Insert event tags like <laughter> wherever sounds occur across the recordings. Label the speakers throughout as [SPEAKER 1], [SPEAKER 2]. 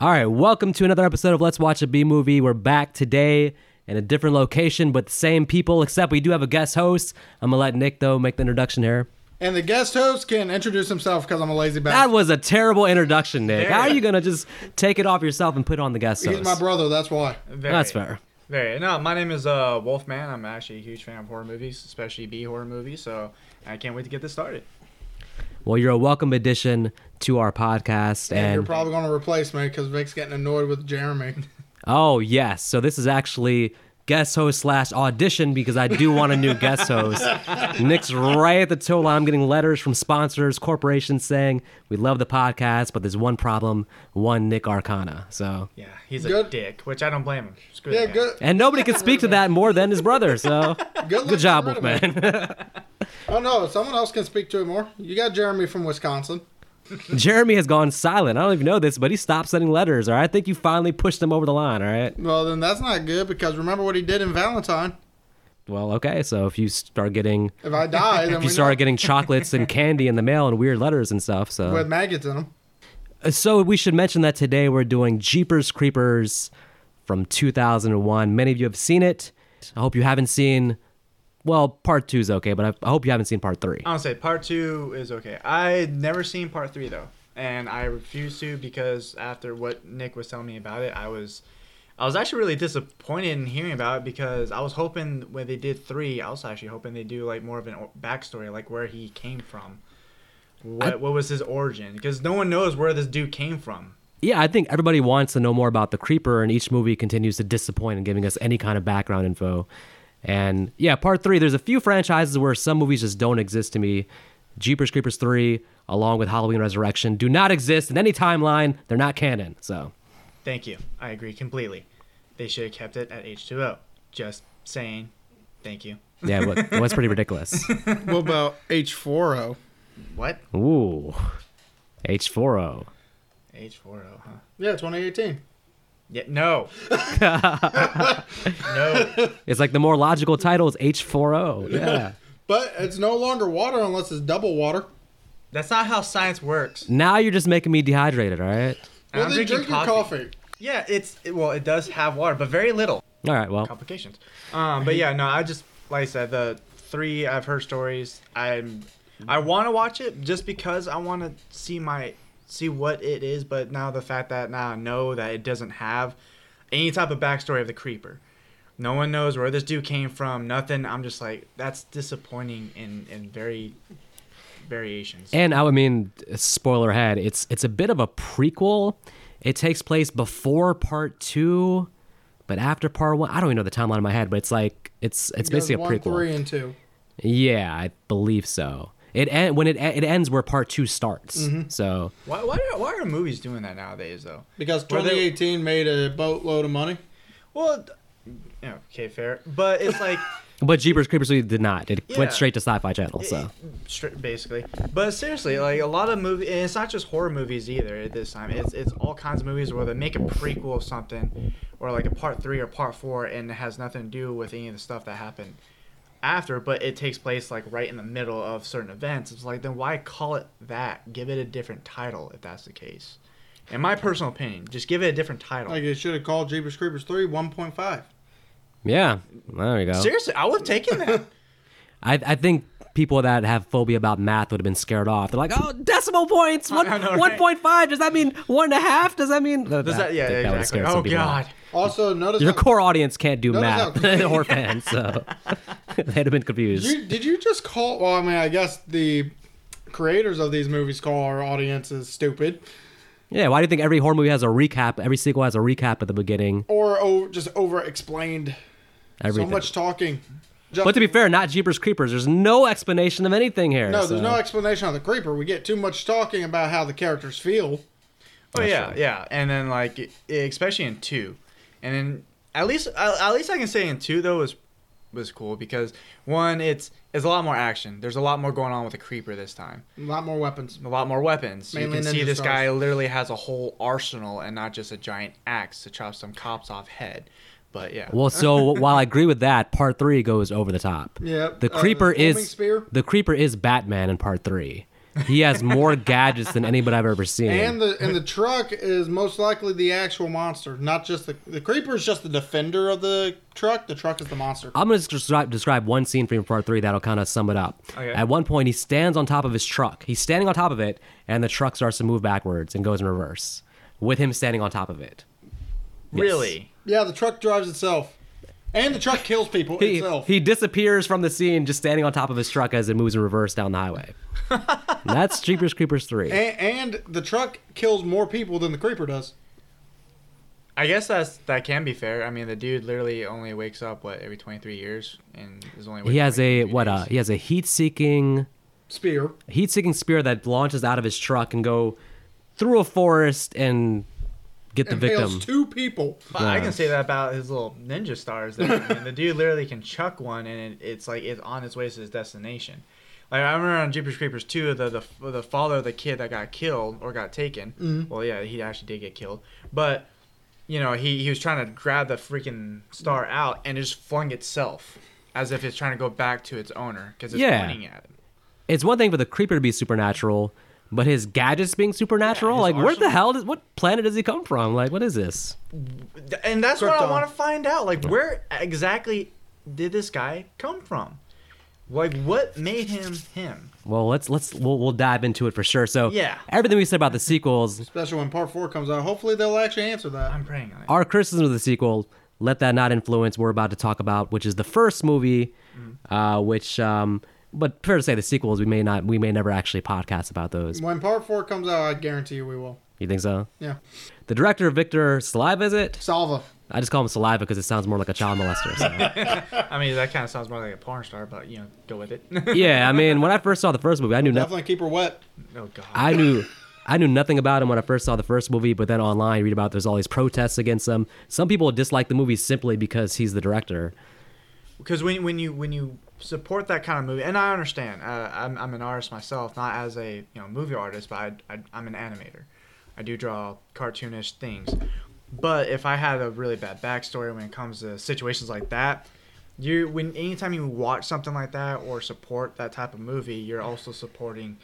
[SPEAKER 1] All right, welcome to another episode of Let's Watch a B Movie. We're back today in a different location, but the same people, except we do have a guest host. I'm gonna let Nick though make the introduction here.
[SPEAKER 2] And the guest host can introduce himself because I'm a lazy
[SPEAKER 1] That
[SPEAKER 2] bastard.
[SPEAKER 1] was a terrible introduction, Nick. How are you gonna just take it off yourself and put it on the guest
[SPEAKER 2] He's
[SPEAKER 1] host?
[SPEAKER 2] my brother, that's why.
[SPEAKER 3] Very,
[SPEAKER 1] That's fair.
[SPEAKER 3] Very. No, my name is uh, Wolfman. I'm actually a huge fan of horror movies, especially B horror movies. So I can't wait to get this started.
[SPEAKER 1] Well, you're a welcome addition to our podcast,
[SPEAKER 2] And you're
[SPEAKER 1] and
[SPEAKER 2] probably going to replace me because Vic's getting annoyed with Jeremy. <laughs>
[SPEAKER 1] oh yes, so this is actually guest host slash audition because I do want a new guest host. Nick's right at the toe line. I'm getting letters from sponsors, corporations saying we love the podcast, but there's one problem: one Nick Arcana. So.
[SPEAKER 3] Yeah, he's a
[SPEAKER 2] Good.
[SPEAKER 3] dick, which I don't blame him. Screw
[SPEAKER 2] Yeah,
[SPEAKER 3] that guy.
[SPEAKER 2] good.
[SPEAKER 1] And nobody can speak to that more than his brother. So
[SPEAKER 2] Good, <laughs>
[SPEAKER 1] good job,
[SPEAKER 2] luck getting rid of me.
[SPEAKER 1] Wolfman.
[SPEAKER 2] Oh, no, someone else can speak to it more. You got Jeremy from Wisconsin.
[SPEAKER 1] <laughs> Jeremy has gone silent. I don't even know this, but he stopped sending letters. All right, I think you finally pushed him over the line. All right.
[SPEAKER 2] Well, then that's not good because remember what he did in Valentine.
[SPEAKER 1] Well, okay. So if you start getting
[SPEAKER 2] If
[SPEAKER 1] <laughs>
[SPEAKER 2] I die, then
[SPEAKER 1] if
[SPEAKER 2] we
[SPEAKER 1] you start getting chocolates and candy in the mail and weird letters and stuff,
[SPEAKER 2] know with
[SPEAKER 1] so
[SPEAKER 2] maggots in them.
[SPEAKER 1] Uh, so we should mention that today we're doing Jeepers Creepers from 2001. Many of you have seen it. I hope you haven't seen. Well, part two is okay, but I, I hope you haven't seen part three.
[SPEAKER 3] Honestly, part two is okay. I never seen part three though, and I refuse to because after what Nick was telling me about it, I was, I was actually really disappointed in hearing about it because I was hoping when they did three, I was actually hoping they do like more of an o- backstory, like where he came from, what what was his origin, because no one knows where this dude came from.
[SPEAKER 1] Yeah, I think everybody wants to know more about the creeper, and each movie continues to disappoint in giving us any kind of background info. And yeah, part three, there's a few franchises where some movies just don't exist to me. Jeepers Creepers 3, along with Halloween Resurrection, do not exist in any timeline. They're not canon. So,
[SPEAKER 3] Thank you. I agree completely. They should have kept it at H2O. Just saying. Thank you.
[SPEAKER 1] yeah, but it was pretty ridiculous.
[SPEAKER 2] What about H4O?
[SPEAKER 3] What?
[SPEAKER 1] Ooh, H4O.
[SPEAKER 3] H4O, huh?
[SPEAKER 2] Yeah, 2018.
[SPEAKER 3] Yeah, no. no.
[SPEAKER 1] It's like the more logical title is H4O. Yeah.
[SPEAKER 2] But it's no longer water unless it's double water.
[SPEAKER 3] That's not how science works.
[SPEAKER 1] now you're just making me dehydrated, all right?
[SPEAKER 2] Well,
[SPEAKER 3] I'm
[SPEAKER 2] then
[SPEAKER 3] drinking
[SPEAKER 2] drink your
[SPEAKER 3] coffee.
[SPEAKER 2] coffee.
[SPEAKER 3] Yeah, it's it- well, it does have water, but very little
[SPEAKER 1] All right, well,
[SPEAKER 3] complications. Um, but yeah, no, I just like I said, the three I've heard stories. I'm I want to watch it just because I want to see my see what it is. But now the fact that now I know that it doesn't have any type of backstory of the creeper. No one knows where this dude came from. Nothing. I'm just like that's disappointing in in very variations.
[SPEAKER 1] And I would mean, spoiler ahead, it's it's a bit of a prequel. It takes place before part two, but after part one. I don't even know the timeline in my head, but it's like it's it's
[SPEAKER 2] Goes
[SPEAKER 1] basically a
[SPEAKER 2] one,
[SPEAKER 1] prequel.
[SPEAKER 2] three, and two.
[SPEAKER 1] Yeah, I believe so. It en- when it it ends where part two starts. So
[SPEAKER 3] Why, why, are, why are movies doing that nowadays though?
[SPEAKER 2] Because
[SPEAKER 3] Were they-
[SPEAKER 2] 2018 made a boatload of money.
[SPEAKER 3] Well, d- yeah, okay, fair. But it's
[SPEAKER 1] <laughs>
[SPEAKER 3] like
[SPEAKER 1] But Jeepers Creepers we did not. It
[SPEAKER 3] Yeah.
[SPEAKER 1] went straight to Sci-Fi Channel.
[SPEAKER 3] it-
[SPEAKER 1] So
[SPEAKER 3] stri- basically. But seriously, like a lot of movies, and it's not just horror movies either. At this time, it's it's all kinds of movies where they make a prequel of something, or like a part three or part four, and it has nothing to do with any of the stuff that happened after. But it takes place like right in the middle of certain events. It's like then why call it that? Give it a different title if that's the case. In my personal opinion, just give it a different title.
[SPEAKER 2] Like, it should have called Jeepers Creepers 3 1.5.
[SPEAKER 1] yeah, there we go.
[SPEAKER 3] Seriously, I would have taken
[SPEAKER 1] <laughs>
[SPEAKER 3] that.
[SPEAKER 1] I I think people that have phobia about math would have been scared off. They're like, oh, decimal points, one
[SPEAKER 3] <laughs> I know, right?
[SPEAKER 1] one point five. Does that mean one and a half? Does that mean
[SPEAKER 3] Does that? Yeah,
[SPEAKER 1] I think that would have
[SPEAKER 3] exactly.
[SPEAKER 1] scared
[SPEAKER 3] Oh
[SPEAKER 1] some people off.
[SPEAKER 3] God.
[SPEAKER 2] Also, notice
[SPEAKER 1] Your
[SPEAKER 2] how-
[SPEAKER 1] core audience can't do
[SPEAKER 2] No, no,
[SPEAKER 1] math <laughs>
[SPEAKER 2] no.
[SPEAKER 1] or fans, so <laughs> they'd have been confused.
[SPEAKER 2] You, did you just call? Well, I mean, I guess the creators of these movies call our audiences stupid
[SPEAKER 1] yeah, why do you think every horror movie has a recap? Every sequel has a recap at the beginning.
[SPEAKER 2] or o just over explained. So
[SPEAKER 1] Everything.
[SPEAKER 2] much talking. Just,
[SPEAKER 1] but to be fair, not Jeepers Creepers. There's no explanation of anything here.
[SPEAKER 2] no, there's
[SPEAKER 1] so-
[SPEAKER 2] no explanation on the creeper. We get too much talking about how the characters feel.
[SPEAKER 3] Oh yeah, yeah, and then like e- especially in two, and then at least uh, at least I can say in two though was was cool because one it's it's a lot more action. There's a lot more going on with the creeper this time.
[SPEAKER 2] A lot more weapons.
[SPEAKER 3] A lot more weapons.
[SPEAKER 2] Mainly
[SPEAKER 3] you can see
[SPEAKER 2] ninja
[SPEAKER 3] this
[SPEAKER 2] stars.
[SPEAKER 3] guy literally has a whole arsenal and not just a giant axe to chop some cops off head. But yeah,
[SPEAKER 1] Well,
[SPEAKER 2] <laughs>
[SPEAKER 1] so while I agree with that, part three goes over the top.
[SPEAKER 2] Yeah,
[SPEAKER 1] The
[SPEAKER 2] uh,
[SPEAKER 1] creeper
[SPEAKER 2] the
[SPEAKER 1] is
[SPEAKER 2] homing spear.
[SPEAKER 1] the creeper is Batman in part three. He has
[SPEAKER 2] <laughs>
[SPEAKER 1] more gadgets than anybody I've ever seen.
[SPEAKER 2] And the and the truck is most likely the actual monster, not just the the creeper is just the defender of the truck. The truck is the monster.
[SPEAKER 1] I'm going to describe, describe one scene from part three that'll kind of sum it up.
[SPEAKER 3] Okay.
[SPEAKER 1] At one point, he stands on top of his truck. He's standing on top of it, and the truck starts to move backwards and goes in reverse with him standing on top of it. Yes.
[SPEAKER 3] Really?
[SPEAKER 2] Yeah, the truck drives itself, and the truck kills people
[SPEAKER 1] He,
[SPEAKER 2] itself.
[SPEAKER 1] he disappears from the scene just standing on top of his truck as it moves in reverse down the
[SPEAKER 2] <laughs>
[SPEAKER 1] highway. And that's Jeepers Creepers 3.
[SPEAKER 2] A- and, the truck kills more people than the creeper does.
[SPEAKER 3] I guess that's that can be fair. I mean, the dude literally only wakes up what every 23 years and is only. awake
[SPEAKER 1] he has a
[SPEAKER 3] 23
[SPEAKER 1] what uh
[SPEAKER 3] days.
[SPEAKER 1] he has a heat seeking
[SPEAKER 2] Spear.
[SPEAKER 1] heat seeking spear that launches out of his truck and go through a forest and get the
[SPEAKER 2] impales
[SPEAKER 1] victim.
[SPEAKER 2] two people.
[SPEAKER 3] Well, I
[SPEAKER 1] Yeah.
[SPEAKER 3] can say that about his little ninja stars. There. I mean, the dude literally can chuck one, and it, it's like it's on its way to his destination. Like I remember on Jeepers Creepers 2, the the the father of the kid that got killed or got taken. Well, yeah, he actually did get killed, but you know he he was trying to grab the freaking star out, and it just flung itself as if it's trying to go back to its owner because it's
[SPEAKER 1] Yeah.
[SPEAKER 3] pointing at him.
[SPEAKER 1] It's one thing for the creeper to be supernatural, but his gadgets being supernatural,
[SPEAKER 3] Yeah,
[SPEAKER 1] like
[SPEAKER 3] his
[SPEAKER 1] where the
[SPEAKER 3] arsenal.
[SPEAKER 1] hell does what planet does he come from? Like what is this?
[SPEAKER 3] Th- and that's what
[SPEAKER 2] Krypton.
[SPEAKER 3] I want to find out. Like, where exactly did this guy come from? Like, what made him him?
[SPEAKER 1] Well, let's let's we'll, we'll dive into it for sure. So
[SPEAKER 3] Yeah.
[SPEAKER 1] everything we said about the sequels,
[SPEAKER 2] Especially when part four comes out. Hopefully they'll actually answer that.
[SPEAKER 3] I'm praying on it.
[SPEAKER 1] our criticism of the sequel, let that not influence what we're about to talk about, which is the first movie,
[SPEAKER 3] Mm.
[SPEAKER 1] uh, which um, but fair to say the sequels we may not we may never actually podcast about those.
[SPEAKER 2] When part four comes out, I guarantee you we will.
[SPEAKER 1] You think so?
[SPEAKER 2] Yeah.
[SPEAKER 1] The director Victor Saliva is it?
[SPEAKER 2] Salva.
[SPEAKER 1] I just call him Saliva because it sounds more like a child molester. So.
[SPEAKER 3] I mean, that kind of sounds more like a porn star, but you know, go with it. <laughs>
[SPEAKER 1] yeah, I mean, when I first saw the first movie, I knew nothing.
[SPEAKER 2] Definitely keep her wet.
[SPEAKER 3] oh God.
[SPEAKER 1] I knew, I knew nothing about him when I first saw the first movie. But then online, you read about there's all these protests against him. Some people dislike the movie simply because he's the director.
[SPEAKER 3] because when when you when you support that kind of movie, and I understand, uh, I'm I'm an artist myself, not as a you know movie artist, but I, I I'm an animator. I do draw cartoonish things, but if I had a really bad backstory when it comes to situations like that, you when anytime you watch something like that or support that type of movie, you're also supporting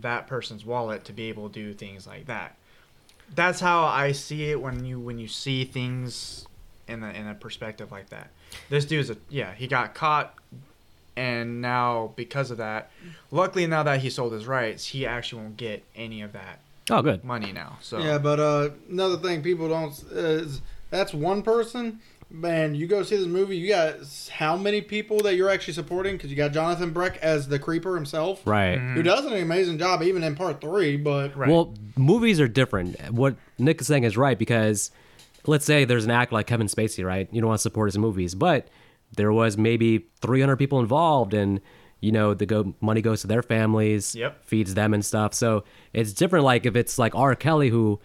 [SPEAKER 3] that person's wallet to be able to do things like that. That's how I see it when you when you see things in a, in a perspective like that. This dude's a yeah, he got caught, and now because of that, luckily now that he sold his rights, he actually won't get any of that
[SPEAKER 1] Oh, good.
[SPEAKER 3] money now. So
[SPEAKER 2] Yeah, but uh, another thing people don't is that's one person. Man, you go see this movie, you got s- how many people that you're actually supporting? Because you got Jonathan Breck as the creeper himself,
[SPEAKER 1] Right.
[SPEAKER 2] Who does an amazing job even in part three, but
[SPEAKER 3] Right.
[SPEAKER 1] Well, movies are different. What Nick is saying is right because let's say there's an act like Kevin Spacey, right? You don't want to support his movies, but there was maybe 300 people involved and you know the go money goes to their families,
[SPEAKER 3] Yep.
[SPEAKER 1] feeds them and stuff. So it's different like if it's like R. Kelly who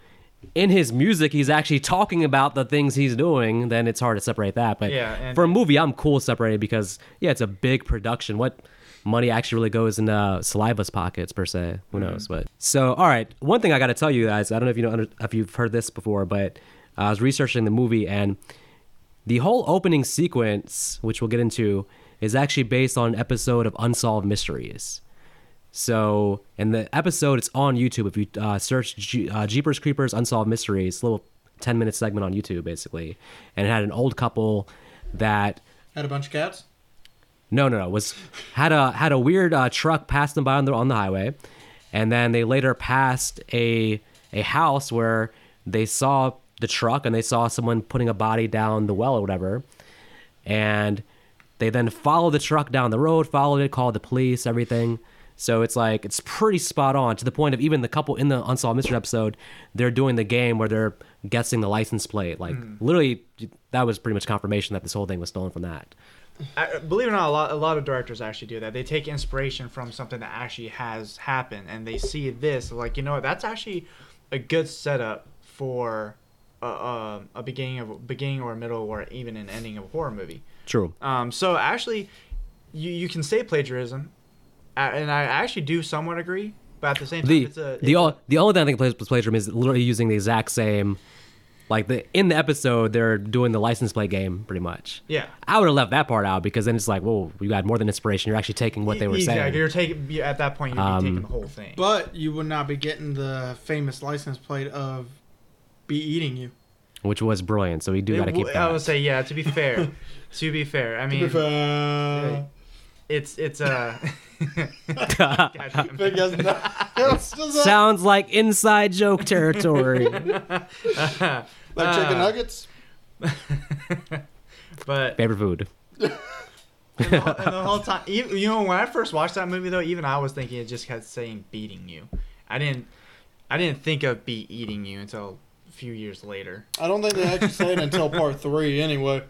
[SPEAKER 1] in his music he's actually talking about the things he's doing, then it's hard to separate that. But
[SPEAKER 3] Yeah, and-
[SPEAKER 1] for a movie I'm cool separating because yeah, it's a big production. What money actually really goes in uh, saliva's pockets per se. Who
[SPEAKER 3] Mm-hmm.
[SPEAKER 1] knows? But so all right, one thing I got to tell you guys, I don't know if you know under- if you've heard this before, but I was researching the movie and the whole opening sequence, which we'll get into, is actually based on an episode of Unsolved Mysteries. So, in the episode, it's on YouTube. If you uh, search G- uh, Jeepers Creepers Unsolved Mysteries, little 10 minute segment on YouTube, basically. And it had an old couple that
[SPEAKER 2] had a bunch of cats.
[SPEAKER 1] no, no, no. Was had a had a weird uh, truck pass them by on the on the highway, and then they later passed a a house where they saw the truck and they saw someone putting a body down the well or whatever, and they then followed the truck down the road, followed it, called the police, everything. So it's like it's pretty spot on to the point of even the couple in the unsolved mystery episode, they're doing the game where they're guessing the license plate. Like literally, that was pretty much confirmation that this whole thing was stolen from that.
[SPEAKER 3] I, believe it or not, a lot, a lot of directors actually do that. They take inspiration from something that actually has happened, and they see this like you know what, that's actually a good setup for a, a, a beginning of beginning or a middle or even an ending of a horror movie.
[SPEAKER 1] True.
[SPEAKER 3] Um, so actually, you you can say plagiarism, a- and I actually do somewhat agree, but at the same time,
[SPEAKER 1] the
[SPEAKER 3] it's a
[SPEAKER 1] the
[SPEAKER 3] it's
[SPEAKER 1] all, the only thing I think plays plagiarism is literally using the exact same Like the in the episode, they're doing the license plate game pretty much.
[SPEAKER 3] Yeah.
[SPEAKER 1] I would have left that part out because then it's like, whoa, you got more than inspiration. You're actually taking what they were
[SPEAKER 3] exactly.
[SPEAKER 1] saying. Um,
[SPEAKER 3] You're taking you- at that point. You're taking the whole thing.
[SPEAKER 2] But you would not be getting the famous license plate of be
[SPEAKER 1] <laughs>
[SPEAKER 2] eating you.
[SPEAKER 1] which was brilliant. So we do
[SPEAKER 3] It
[SPEAKER 1] got to keep
[SPEAKER 3] w-
[SPEAKER 1] that.
[SPEAKER 3] I
[SPEAKER 1] <laughs>
[SPEAKER 3] would say yeah. To be fair, to be fair, I mean,
[SPEAKER 2] Uh,
[SPEAKER 3] it's
[SPEAKER 1] <laughs>
[SPEAKER 3] it's uh. <laughs>
[SPEAKER 2] big <laughs> as- like
[SPEAKER 1] Sounds like inside joke
[SPEAKER 3] <laughs>
[SPEAKER 1] territory.
[SPEAKER 2] chicken nuggets.
[SPEAKER 1] <laughs>
[SPEAKER 3] but
[SPEAKER 1] Favorite food.
[SPEAKER 3] and the, whole- and the whole time, even, you know, when I first watched that movie, though, even I was thinking it just had saying "beating you." I didn't, I didn't think of "be eating you" until a few years later.
[SPEAKER 2] I don't think they actually say it until part three, anyway.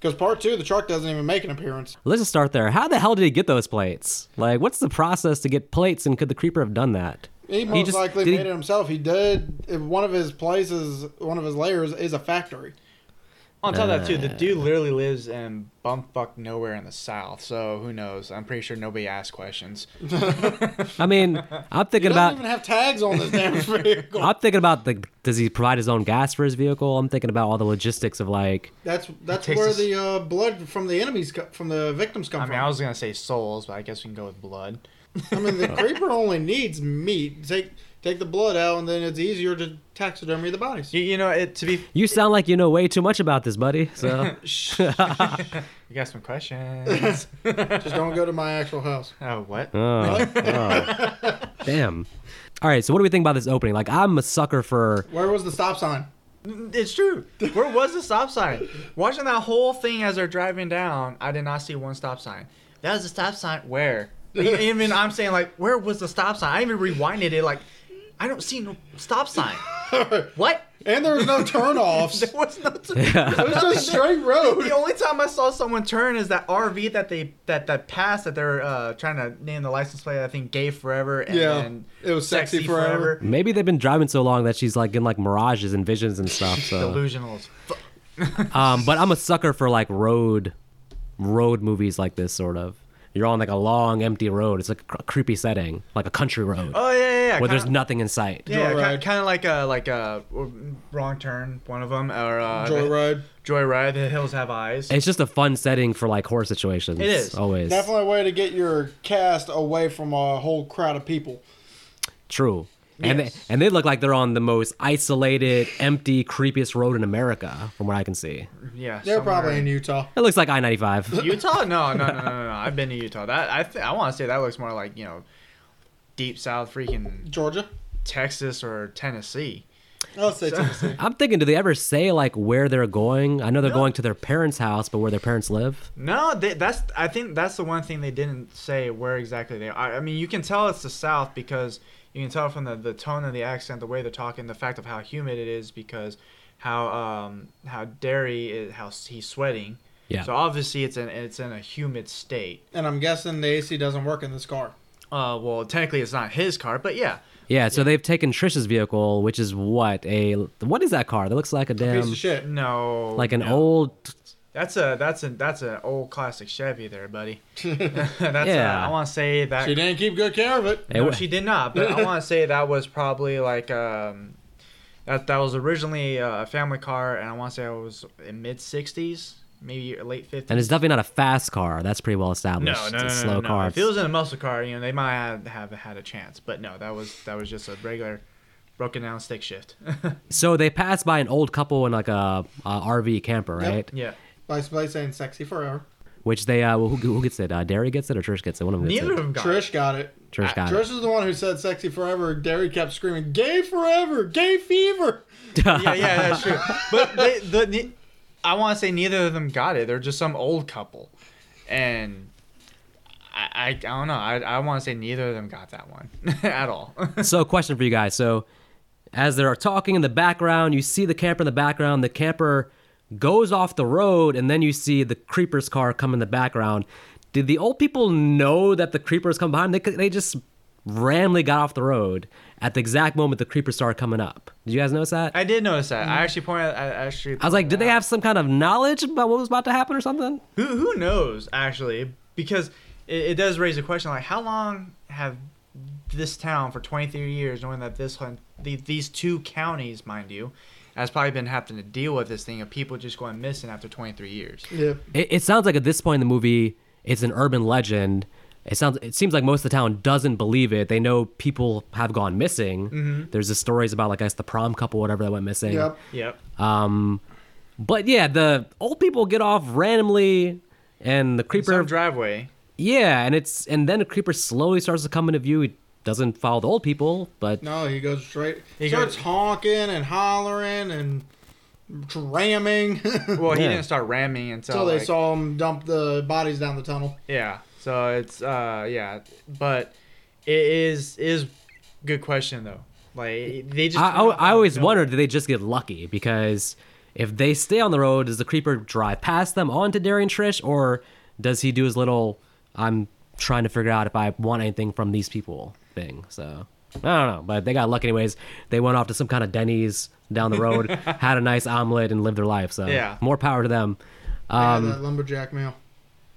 [SPEAKER 2] Because part two, the truck doesn't even make an appearance.
[SPEAKER 1] Let's just start there. How the hell did he get those plates? Like, what's the process to get plates? And could the creeper have done that?
[SPEAKER 2] He most
[SPEAKER 1] just-
[SPEAKER 2] likely
[SPEAKER 1] did he-
[SPEAKER 2] made it himself. He did. if One of his places, one of his layers, is a factory.
[SPEAKER 3] On top of that, too, the dude literally lives in bumfuck nowhere in the South, so who knows? I'm pretty sure nobody asked questions.
[SPEAKER 1] I mean, I'm
[SPEAKER 2] He
[SPEAKER 1] thinking
[SPEAKER 2] doesn't
[SPEAKER 1] about.
[SPEAKER 2] even have tags on
[SPEAKER 1] <laughs>
[SPEAKER 2] this damn vehicle.
[SPEAKER 1] I'm thinking about the. Does he provide his own gas for his vehicle? I'm thinking about all the logistics of like.
[SPEAKER 2] That's that's
[SPEAKER 3] takes
[SPEAKER 2] where
[SPEAKER 3] us-
[SPEAKER 2] the uh, blood from the enemies co- from the victims come
[SPEAKER 3] I
[SPEAKER 2] from.
[SPEAKER 3] mean, I was gonna say souls, but I guess we can go with blood.
[SPEAKER 2] I mean, the creeper only needs meat. Take take the blood out, and then it's easier to taxidermy the bodies.
[SPEAKER 3] You, you know, it to be.
[SPEAKER 1] You sound like you know way too much about this, buddy. So
[SPEAKER 3] <laughs> You got some questions? <laughs>
[SPEAKER 2] Just don't go to my actual house.
[SPEAKER 3] oh, what?
[SPEAKER 1] Oh, oh. Damn. All right, so what do we think about this opening? Like, I'm a sucker for. <laughs>
[SPEAKER 2] Where was the stop sign?
[SPEAKER 3] It's true. Where was the stop sign? Watching that whole thing as they're driving down, I did not see one stop sign. That was a stop sign. Where? Even I'm saying like, where was the stop sign? I even rewinded it. Like, I don't see no stop sign. What?
[SPEAKER 2] And there was no turnoffs.
[SPEAKER 3] <laughs> There
[SPEAKER 2] it
[SPEAKER 3] was no.
[SPEAKER 2] was just straight road.
[SPEAKER 3] <laughs>
[SPEAKER 2] <laughs>
[SPEAKER 3] The only time I saw someone turn is that RV that they that that passed that they're uh, trying to name the license plate. I think "Gay Forever" and
[SPEAKER 2] Yeah.
[SPEAKER 3] then
[SPEAKER 2] It was Sexy Forever.
[SPEAKER 1] Maybe they've been driving so long that she's like in like mirages and visions and stuff.
[SPEAKER 3] <laughs>
[SPEAKER 1] So,
[SPEAKER 3] Delusional. as fuck.
[SPEAKER 1] um, but I'm a sucker for like road, road movies like this sort of. You're on like a long empty road. It's like a cr- creepy setting, like a country road
[SPEAKER 3] Oh yeah, yeah. yeah.
[SPEAKER 1] where there's
[SPEAKER 3] kinda-
[SPEAKER 1] nothing in sight.
[SPEAKER 3] Yeah,
[SPEAKER 2] Joyride.
[SPEAKER 3] kind of like a like a or- wrong turn, one of them, or uh,
[SPEAKER 2] Joyride.
[SPEAKER 3] Joyride. The hills have eyes.
[SPEAKER 1] It's just a fun setting for like horror situations.
[SPEAKER 3] It is.
[SPEAKER 1] always
[SPEAKER 2] Definitely a way to get your cast away from a whole crowd of people.
[SPEAKER 1] true. And they,
[SPEAKER 3] Yes.
[SPEAKER 1] and they look like they're on the most isolated, empty, creepiest road in America, from what I can see.
[SPEAKER 3] yeah,
[SPEAKER 2] They're
[SPEAKER 3] somewhere
[SPEAKER 2] probably in Utah.
[SPEAKER 1] It looks like I-95.
[SPEAKER 3] <laughs> Utah. No, no, no,
[SPEAKER 2] <laughs>
[SPEAKER 3] no, no, no. I've been to Utah. That I th- I want to say that looks more like you know, deep south, freaking
[SPEAKER 2] Georgia?
[SPEAKER 3] Texas or Tennessee.
[SPEAKER 2] Oh, let's say Tennessee.
[SPEAKER 1] I'm thinking, do they ever say like where they're going? I know they're going to their parents' house, but where their parents live?
[SPEAKER 3] No, they, that's I think that's the one thing they didn't say where exactly they are. I mean, you can tell it's the South because you can tell from the, the tone of the accent, the way they're talking, the fact of how humid it is because how um how dairy is how s- he's sweating.
[SPEAKER 1] Yeah.
[SPEAKER 3] So obviously it's in it's in a humid state.
[SPEAKER 2] and I'm guessing the AC doesn't work in this car.
[SPEAKER 3] Uh, well, technically it's not his car, but yeah,
[SPEAKER 1] Yeah, so they've taken Trish's vehicle, which is what a what is that car? That looks like a
[SPEAKER 2] Piece
[SPEAKER 1] damn
[SPEAKER 2] of shit.
[SPEAKER 3] no,
[SPEAKER 1] like an
[SPEAKER 3] no.
[SPEAKER 1] old
[SPEAKER 3] That's a that's a that's an old classic Chevy there, buddy. <laughs> that's <laughs> yeah.
[SPEAKER 1] Yeah.
[SPEAKER 3] I want to say that
[SPEAKER 2] She didn't keep good care of it.
[SPEAKER 1] Hey,
[SPEAKER 3] no,
[SPEAKER 1] wh-
[SPEAKER 3] she did not. But
[SPEAKER 1] <laughs>
[SPEAKER 3] I want to say that was probably like um, that that was originally uh, a family car, and I want to say it was in mid '60s, maybe late '50s.
[SPEAKER 1] and it's definitely not a fast car. That's pretty well
[SPEAKER 3] no,
[SPEAKER 1] established.
[SPEAKER 3] no, no,
[SPEAKER 1] it's
[SPEAKER 3] no,
[SPEAKER 1] a
[SPEAKER 3] no,
[SPEAKER 1] slow
[SPEAKER 3] no.
[SPEAKER 1] car.
[SPEAKER 3] If it was in a muscle car, you know, they might have, have had a chance. But no, that was that was just a regular broken down stick shift. <laughs>
[SPEAKER 1] so they pass by an old couple in like a, a RV camper,
[SPEAKER 2] Yep.
[SPEAKER 1] right?
[SPEAKER 3] yeah.
[SPEAKER 2] By by saying sexy forever.
[SPEAKER 1] Which they uh, who, who gets it? Uh, Derry gets it or Trish gets it? One of them gets
[SPEAKER 3] Neither of
[SPEAKER 1] it.
[SPEAKER 3] them got it.
[SPEAKER 2] Trish got it.
[SPEAKER 1] Trish got
[SPEAKER 2] Trish is the one who said sexy forever. Derry kept screaming, gay forever, gay fever.
[SPEAKER 1] it.
[SPEAKER 3] Yeah, yeah, that's true. But they, the, ne- I want to say neither of them got it. They're just some old couple, and I, I, I don't know. I, I want to say neither of them got that one <laughs> at all.
[SPEAKER 1] <laughs> so question for you guys so as they're talking in the background you see the camper in the background the camper goes off the road and then you see the creeper's car come in the background did the old people know that the creepers come behind they, they just randomly got off the road at the exact moment the creeper started coming up did you guys notice that i,
[SPEAKER 3] I did notice that. I actually pointed. I I actually.
[SPEAKER 1] was like did they have some kind of knowledge about what was about to happen or something
[SPEAKER 3] Who who knows actually? Because it, it does raise a question like how long have this town for 23 years knowing that this hun- the, these two counties mind you that's probably been having to deal with this thing of people just going missing after 23 years.
[SPEAKER 2] Yeah.
[SPEAKER 1] It, it sounds like at this point in the movie, it's an urban legend. It sounds. It seems like most of the town doesn't believe it. They know people have gone missing. There's the stories about like I guess the prom couple, whatever that went missing.
[SPEAKER 2] Yep.
[SPEAKER 3] Yep.
[SPEAKER 1] Um, but yeah, the old people get off randomly, and the creeper.
[SPEAKER 3] Some driveway.
[SPEAKER 1] yeah, and it's and then the creeper slowly starts to come into view. He doesn't follow the old people, but
[SPEAKER 2] No, he goes straight.
[SPEAKER 3] He
[SPEAKER 2] starts
[SPEAKER 3] goes-
[SPEAKER 2] honking and hollering and ramming <laughs> until
[SPEAKER 3] Well, he
[SPEAKER 1] Yeah.
[SPEAKER 3] didn't start ramming until
[SPEAKER 2] they
[SPEAKER 3] Oh, like-
[SPEAKER 2] saw him dump the bodies down the tunnel.
[SPEAKER 3] Yeah. So it's uh yeah, but it is is good question though. Like they just
[SPEAKER 1] I, I, I always wonder did they just get lucky because if they stay on the road, does the creeper drive past them onto Darian Trish, or does he do his little "I'm trying to figure out if I want anything from these people" thing? So I don't know, but they got lucky anyways. They went off to some kind of Denny's down the road,
[SPEAKER 3] <laughs>
[SPEAKER 1] had a nice omelet, and lived their life. So
[SPEAKER 3] Yeah.
[SPEAKER 1] more power to them.
[SPEAKER 2] Yeah,
[SPEAKER 1] Um,
[SPEAKER 2] that lumberjack male.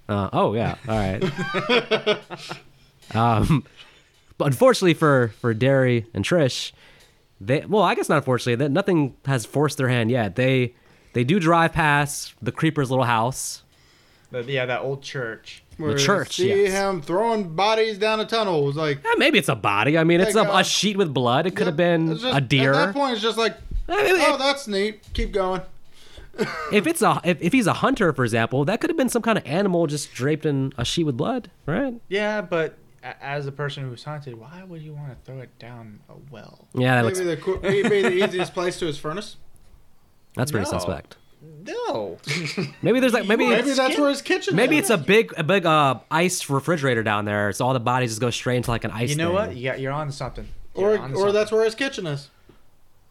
[SPEAKER 1] Uh, oh yeah, all right. um, but unfortunately for for Derry and Trish, they well, I guess not unfortunately that nothing has forced their hand yet. They they do drive past the creeper's little house.
[SPEAKER 3] But yeah, that old church.
[SPEAKER 2] Where
[SPEAKER 1] church,
[SPEAKER 2] See
[SPEAKER 1] yes.
[SPEAKER 2] him throwing bodies down a tunnel It was like.
[SPEAKER 1] Eh, maybe it's a body. I mean, it's a,
[SPEAKER 2] Like, uh,
[SPEAKER 1] a sheet with blood. It could have been
[SPEAKER 2] It's just-
[SPEAKER 1] a deer.
[SPEAKER 2] At that point, it's just like,
[SPEAKER 1] I mean,
[SPEAKER 2] oh, that's neat. Keep going.
[SPEAKER 1] if it's a if, if he's a hunter, for example, that could have been some kind of animal just draped in a sheet with blood, right?
[SPEAKER 3] Yeah, but a- as a person who's haunted, why would you want to throw it down a well?
[SPEAKER 1] Yeah, that
[SPEAKER 2] Maybe
[SPEAKER 1] looks
[SPEAKER 2] the, qu- maybe the easiest place to his furnace.
[SPEAKER 1] that's pretty
[SPEAKER 3] No.
[SPEAKER 1] suspect.
[SPEAKER 3] No.
[SPEAKER 1] Maybe there's like maybe
[SPEAKER 2] Maybe
[SPEAKER 1] it's-
[SPEAKER 2] that's where his kitchen.
[SPEAKER 1] Maybe
[SPEAKER 2] is.
[SPEAKER 1] it's a big, a big uh, ice refrigerator down there. So all the bodies just go straight into like an ice.
[SPEAKER 3] you know
[SPEAKER 1] thing.
[SPEAKER 3] what? Yeah, you're on to something.
[SPEAKER 2] or
[SPEAKER 3] You're onto
[SPEAKER 2] or
[SPEAKER 3] something.
[SPEAKER 2] that's where his kitchen is.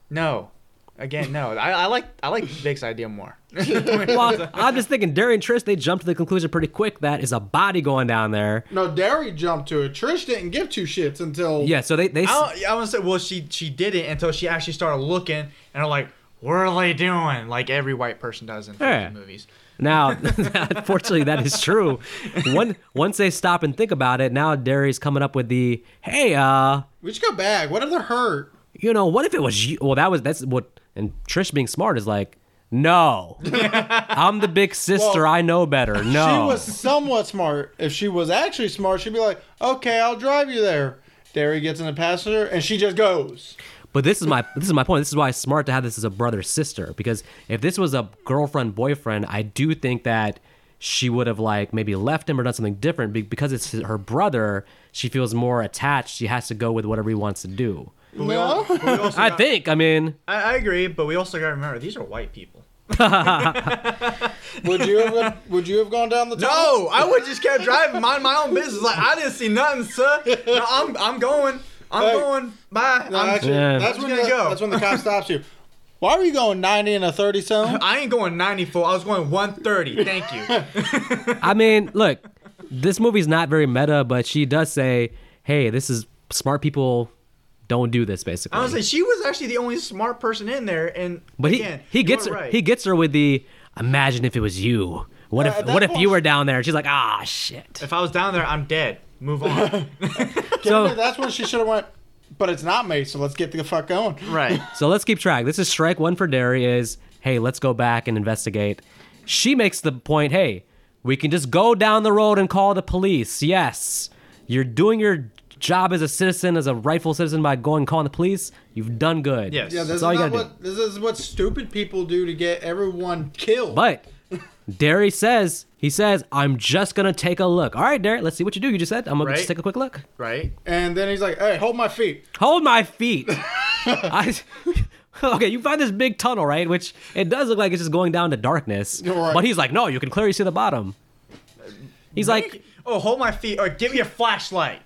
[SPEAKER 3] No. Again, no. I, I like I like Vic's idea
[SPEAKER 2] <laughs>
[SPEAKER 3] more. <laughs>
[SPEAKER 1] Well, I'm just thinking, Derry and Trish, they jumped to the conclusion pretty quick that is a body going down there.
[SPEAKER 2] No, Derry jumped to it. Trish didn't give two shits until
[SPEAKER 1] Yeah, so they they s-
[SPEAKER 3] I, don't- I want to say, well, she she did it until she actually started looking and are like, what are they doing? Like every white person does in
[SPEAKER 1] Yeah.
[SPEAKER 3] fucking movies.
[SPEAKER 1] <laughs> now, <laughs> unfortunately, that is true. One once they stop and think about it, now Derry's coming up with the hey, uh,
[SPEAKER 2] We should go back. What if they're hurt?
[SPEAKER 1] you know, what if it was you? Well, that was that's what and Trish being smart is like, no, I'm the big sister, I know better. No,
[SPEAKER 2] She was somewhat smart. If she was actually smart, she'd be like, okay, I'll drive you there. Derry gets in the passenger and she just goes.
[SPEAKER 1] But this is my this is my point. This is why it's smart to have this as a brother sister because if this was a girlfriend boyfriend, I do think that she would have like maybe left him or done something different Be- because it's her brother. She feels more attached. She has to go with whatever he wants to do.
[SPEAKER 2] No?
[SPEAKER 3] But we also
[SPEAKER 1] I
[SPEAKER 3] got-
[SPEAKER 1] think. I mean,
[SPEAKER 3] I, I agree, but we also got to remember these are white people.
[SPEAKER 2] would you have would you have gone down the tunnel?
[SPEAKER 3] No, <laughs> I would just kept driving, mind my own business. Like I didn't see nothing, sir. No, I'm I'm going. I'm
[SPEAKER 2] Hey.
[SPEAKER 3] going. Bye.
[SPEAKER 2] No,
[SPEAKER 3] I'm,
[SPEAKER 2] actually,
[SPEAKER 1] Yeah.
[SPEAKER 2] that's
[SPEAKER 3] Where's
[SPEAKER 2] when
[SPEAKER 3] he gonna
[SPEAKER 2] the,
[SPEAKER 3] go?
[SPEAKER 2] that's when the cop stops you. Why were you going 90 and a 30
[SPEAKER 1] <laughs>
[SPEAKER 2] zone?
[SPEAKER 3] I ain't going 94. I was going 130. Thank you.
[SPEAKER 1] I mean, look, this movie's not very meta, but she does say, "Hey, this is smart people don't do this." Basically,
[SPEAKER 3] Honestly, she was actually the only smart person in there, and
[SPEAKER 1] But he
[SPEAKER 3] again,
[SPEAKER 1] he
[SPEAKER 3] you
[SPEAKER 1] gets
[SPEAKER 3] were
[SPEAKER 1] her
[SPEAKER 3] right.
[SPEAKER 1] he gets her with the imagine if it was you. What
[SPEAKER 2] at
[SPEAKER 1] if
[SPEAKER 2] that
[SPEAKER 1] what if
[SPEAKER 2] point-
[SPEAKER 1] you were down there? She's like, ah, shit.
[SPEAKER 3] If I was down there, I'm dead.
[SPEAKER 1] <laughs>
[SPEAKER 3] Move on.
[SPEAKER 1] So
[SPEAKER 2] that's when she should have went. But it's not me, so let's get the fuck going.
[SPEAKER 3] right.
[SPEAKER 1] so let's keep track. This is strike one for Derry. Is hey, let's go back and investigate. She makes the point. Hey, we can just go down the road and call the police. Yes, you're doing your job as a citizen, as a rightful citizen, by going and calling the police. You've done good.
[SPEAKER 3] Yes.
[SPEAKER 2] Yeah,
[SPEAKER 3] Yeah,
[SPEAKER 2] this
[SPEAKER 3] That's
[SPEAKER 2] is
[SPEAKER 1] all you
[SPEAKER 2] not
[SPEAKER 1] gotta
[SPEAKER 2] what this is what stupid people do to get everyone killed.
[SPEAKER 1] But Derry says he says I'm just gonna take a look. All right, Derry, let's see what you do. You just said I'm gonna
[SPEAKER 3] Right.
[SPEAKER 1] just take a quick look.
[SPEAKER 3] Right.
[SPEAKER 2] and then he's like, "Hey, hold my feet."
[SPEAKER 1] Hold my feet. <laughs> I, okay, you find this big tunnel, right? Which it does look like it's just going down to darkness.
[SPEAKER 2] Right.
[SPEAKER 1] But he's like, no, you can clearly see the bottom. He's like,
[SPEAKER 3] oh, hold my feet, or give me a flashlight.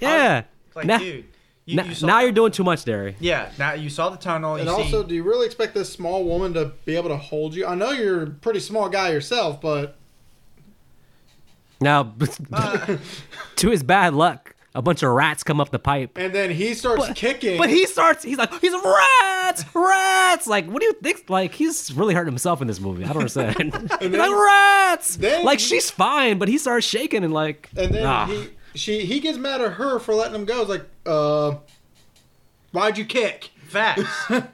[SPEAKER 1] yeah.
[SPEAKER 3] Like,
[SPEAKER 1] Nah-
[SPEAKER 3] dude, you,
[SPEAKER 1] nah-
[SPEAKER 3] you saw,
[SPEAKER 1] now you're doing too much, Derry.
[SPEAKER 3] Yeah, now you saw the tunnel.
[SPEAKER 2] And
[SPEAKER 3] you
[SPEAKER 2] also,
[SPEAKER 3] seen-
[SPEAKER 2] do you really expect this small woman to be able to hold you? I know you're a pretty small guy yourself, but
[SPEAKER 1] Now, <laughs>
[SPEAKER 3] Uh.
[SPEAKER 1] to his bad luck, a bunch of rats come up the pipe.
[SPEAKER 2] and then he starts kicking.
[SPEAKER 1] But he starts, he's like, he's rats, rats. Like, what do you think? Like, he's really hurting himself in this movie. I don't
[SPEAKER 2] <laughs>
[SPEAKER 1] understand. he's like, rats.
[SPEAKER 2] then
[SPEAKER 1] like,
[SPEAKER 2] he-
[SPEAKER 1] she's fine, but he starts shaking and like,
[SPEAKER 2] and then
[SPEAKER 1] nah.
[SPEAKER 2] he she he gets mad at her for letting him go. It's like, uh, why'd you kick? <laughs>
[SPEAKER 3] Facts.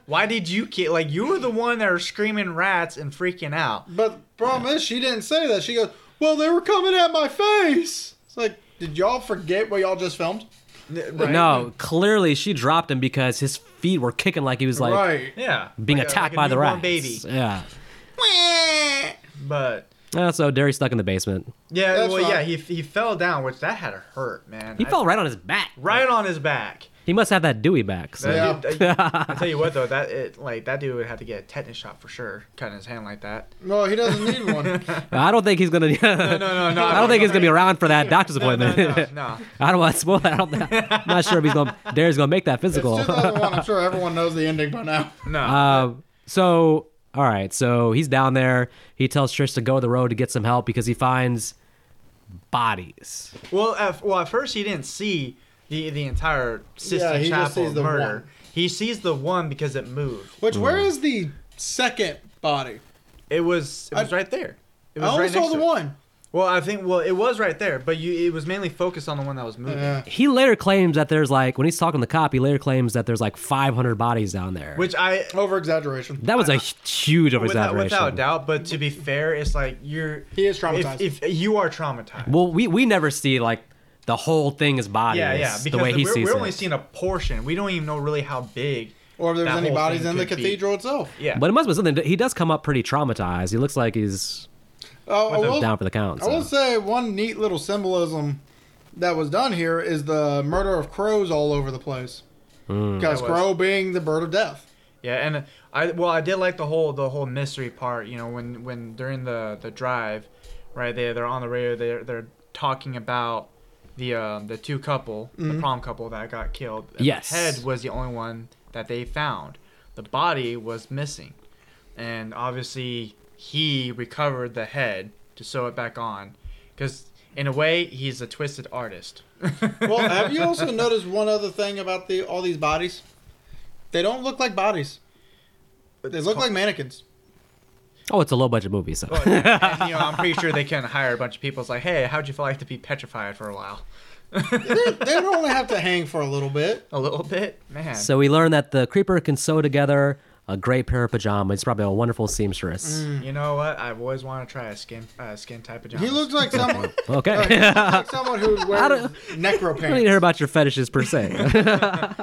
[SPEAKER 3] Why did you ki Like you were the one that were screaming rats and freaking out.
[SPEAKER 2] But the problem is, she didn't say that. She goes, "Well, they were coming at my face." It's like, did y'all forget what y'all just filmed?
[SPEAKER 3] Right?
[SPEAKER 1] No, clearly she dropped him because his feet were kicking like he was like
[SPEAKER 2] right.
[SPEAKER 3] Yeah.
[SPEAKER 1] being
[SPEAKER 3] Like a-
[SPEAKER 1] attacked by
[SPEAKER 3] like a
[SPEAKER 1] the
[SPEAKER 3] newborn
[SPEAKER 1] rats.
[SPEAKER 3] Baby.
[SPEAKER 1] Yeah.
[SPEAKER 3] But
[SPEAKER 1] Uh, so Derry's stuck in the basement.
[SPEAKER 3] yeah,
[SPEAKER 2] That's
[SPEAKER 3] well, yeah,
[SPEAKER 2] fine.
[SPEAKER 3] he he fell down, which that had to hurt, man.
[SPEAKER 1] He
[SPEAKER 3] I-
[SPEAKER 1] fell right on his back.
[SPEAKER 3] right on his back.
[SPEAKER 1] He must have that Dewey back. So.
[SPEAKER 2] Yeah.
[SPEAKER 3] That dude- I,
[SPEAKER 1] <laughs>
[SPEAKER 3] I tell you what though, that it like that dude would have to get a tetanus shot for sure, cutting his hand
[SPEAKER 1] <laughs>
[SPEAKER 3] like that.
[SPEAKER 2] No, he doesn't need one.
[SPEAKER 1] I don't think he's gonna. <laughs> no, no,
[SPEAKER 3] no, no,
[SPEAKER 1] I don't
[SPEAKER 3] no,
[SPEAKER 1] think he's
[SPEAKER 3] no.
[SPEAKER 1] gonna be around for that doctor's
[SPEAKER 3] No, no,
[SPEAKER 1] appointment.
[SPEAKER 3] no, no.
[SPEAKER 1] <laughs> I don't want to spoil that. I don't, I'm not sure if he's
[SPEAKER 3] <laughs>
[SPEAKER 1] gonna. Derry's gonna make that
[SPEAKER 2] It's
[SPEAKER 1] physical.
[SPEAKER 2] 2001. I'm sure everyone knows the ending by now.
[SPEAKER 3] no.
[SPEAKER 1] Um, so all right, so he's down there. He tells Trish to go to the road to get some help because he finds bodies.
[SPEAKER 3] Well, at, well, at first he didn't see the the entire Sistine
[SPEAKER 2] Yeah, he just
[SPEAKER 3] Chapel
[SPEAKER 2] sees the
[SPEAKER 3] murder.
[SPEAKER 2] one.
[SPEAKER 3] He sees the one because it moved.
[SPEAKER 2] Which, where is the second body?
[SPEAKER 3] It was it was
[SPEAKER 2] I-
[SPEAKER 3] right there. It
[SPEAKER 2] I
[SPEAKER 3] was
[SPEAKER 2] only
[SPEAKER 3] right
[SPEAKER 2] saw
[SPEAKER 3] next
[SPEAKER 2] the
[SPEAKER 3] to it.
[SPEAKER 2] one.
[SPEAKER 3] Well, I think well it was right there, but you it was mainly focused on the one that was moving.
[SPEAKER 2] Yeah.
[SPEAKER 1] He later claims that there's like when he's talking to the cop, he later claims that there's like 500 bodies down there.
[SPEAKER 3] Which I
[SPEAKER 2] Over exaggeration.
[SPEAKER 1] that was a huge
[SPEAKER 3] without,
[SPEAKER 1] overexaggeration.
[SPEAKER 3] without doubt, but to be fair, it's like you're
[SPEAKER 2] He is traumatized.
[SPEAKER 3] if, if you are traumatized.
[SPEAKER 1] Well, we we never see like the whole thing as bodies.
[SPEAKER 3] yeah, yeah, because
[SPEAKER 1] the way he
[SPEAKER 3] we're,
[SPEAKER 1] sees
[SPEAKER 3] we're
[SPEAKER 1] it.
[SPEAKER 3] only seeing a portion. We don't even know really how big.
[SPEAKER 2] Or if there was
[SPEAKER 3] that
[SPEAKER 2] any
[SPEAKER 3] whole
[SPEAKER 2] bodies
[SPEAKER 3] thing
[SPEAKER 2] in the
[SPEAKER 3] could be.
[SPEAKER 2] cathedral itself. Uh,
[SPEAKER 3] Yeah,
[SPEAKER 1] But it must be something. He does come up pretty traumatized. He looks like he's
[SPEAKER 2] Oh, I
[SPEAKER 1] uh,
[SPEAKER 2] will,
[SPEAKER 1] down for the count.
[SPEAKER 2] I will
[SPEAKER 1] so.
[SPEAKER 2] say one neat little symbolism that was done here is the murder of crows all over the place. Because
[SPEAKER 3] That was.
[SPEAKER 2] crow being the bird of death.
[SPEAKER 3] Yeah, and I well, I did like the whole the whole mystery part. You know, when when during the the drive, right? They they're on the radio. They're they're talking about the um, the two couple, the prom couple that got killed. and
[SPEAKER 1] Yes.
[SPEAKER 3] the head was the only one that they found. The body was missing, and obviously he recovered the head to sew it back on, because in a way he's a twisted artist. <laughs>
[SPEAKER 2] Well, have you also noticed one other thing about the all these bodies? They don't look like bodies. They look like mannequins.
[SPEAKER 1] Oh, it's a low budget movie, so
[SPEAKER 3] Well, yeah, and, you know, I'm pretty sure they can hire a bunch of people. It's like, hey, how'd you feel like to be petrified for a while?
[SPEAKER 2] they,
[SPEAKER 3] <laughs>
[SPEAKER 2] they would only have to hang for a little bit.
[SPEAKER 3] A little bit, man.
[SPEAKER 1] <laughs> So we learn that the creeper can sew together a great pair of pajamas. It's probably a wonderful seamstress.
[SPEAKER 3] you know what? I've always wanted to try a skin uh, skin type pajamas.
[SPEAKER 2] He looks like someone. <laughs>
[SPEAKER 3] Oh,
[SPEAKER 2] he
[SPEAKER 1] Okay.
[SPEAKER 2] looks like someone who wears
[SPEAKER 1] don't-
[SPEAKER 2] necro
[SPEAKER 1] <laughs> I don't need to hear
[SPEAKER 2] pants.
[SPEAKER 1] about your fetishes per se.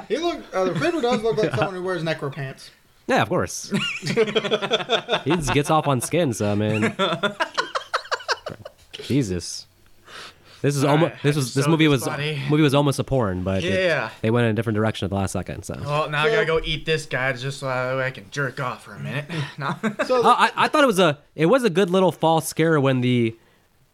[SPEAKER 2] He look. Uh, the creeper does look like someone who wears necro pants.
[SPEAKER 1] yeah, of course. he just gets off on skin, so I mean, Jesus. This is
[SPEAKER 3] All
[SPEAKER 1] almost
[SPEAKER 3] right,
[SPEAKER 1] this
[SPEAKER 3] I
[SPEAKER 1] was this
[SPEAKER 3] sold
[SPEAKER 1] movie
[SPEAKER 3] this
[SPEAKER 1] was
[SPEAKER 3] body.
[SPEAKER 1] movie was almost a porn, but it-
[SPEAKER 3] Yeah. Oh.
[SPEAKER 1] they went in a different direction at the last second. So
[SPEAKER 3] Well, now I
[SPEAKER 2] So-
[SPEAKER 3] gotta go eat this guy just so that way I can jerk off for a <laughs> minute. no.
[SPEAKER 2] So
[SPEAKER 3] Uh,
[SPEAKER 1] Oh, I, I thought it was a it was a good little false scare when the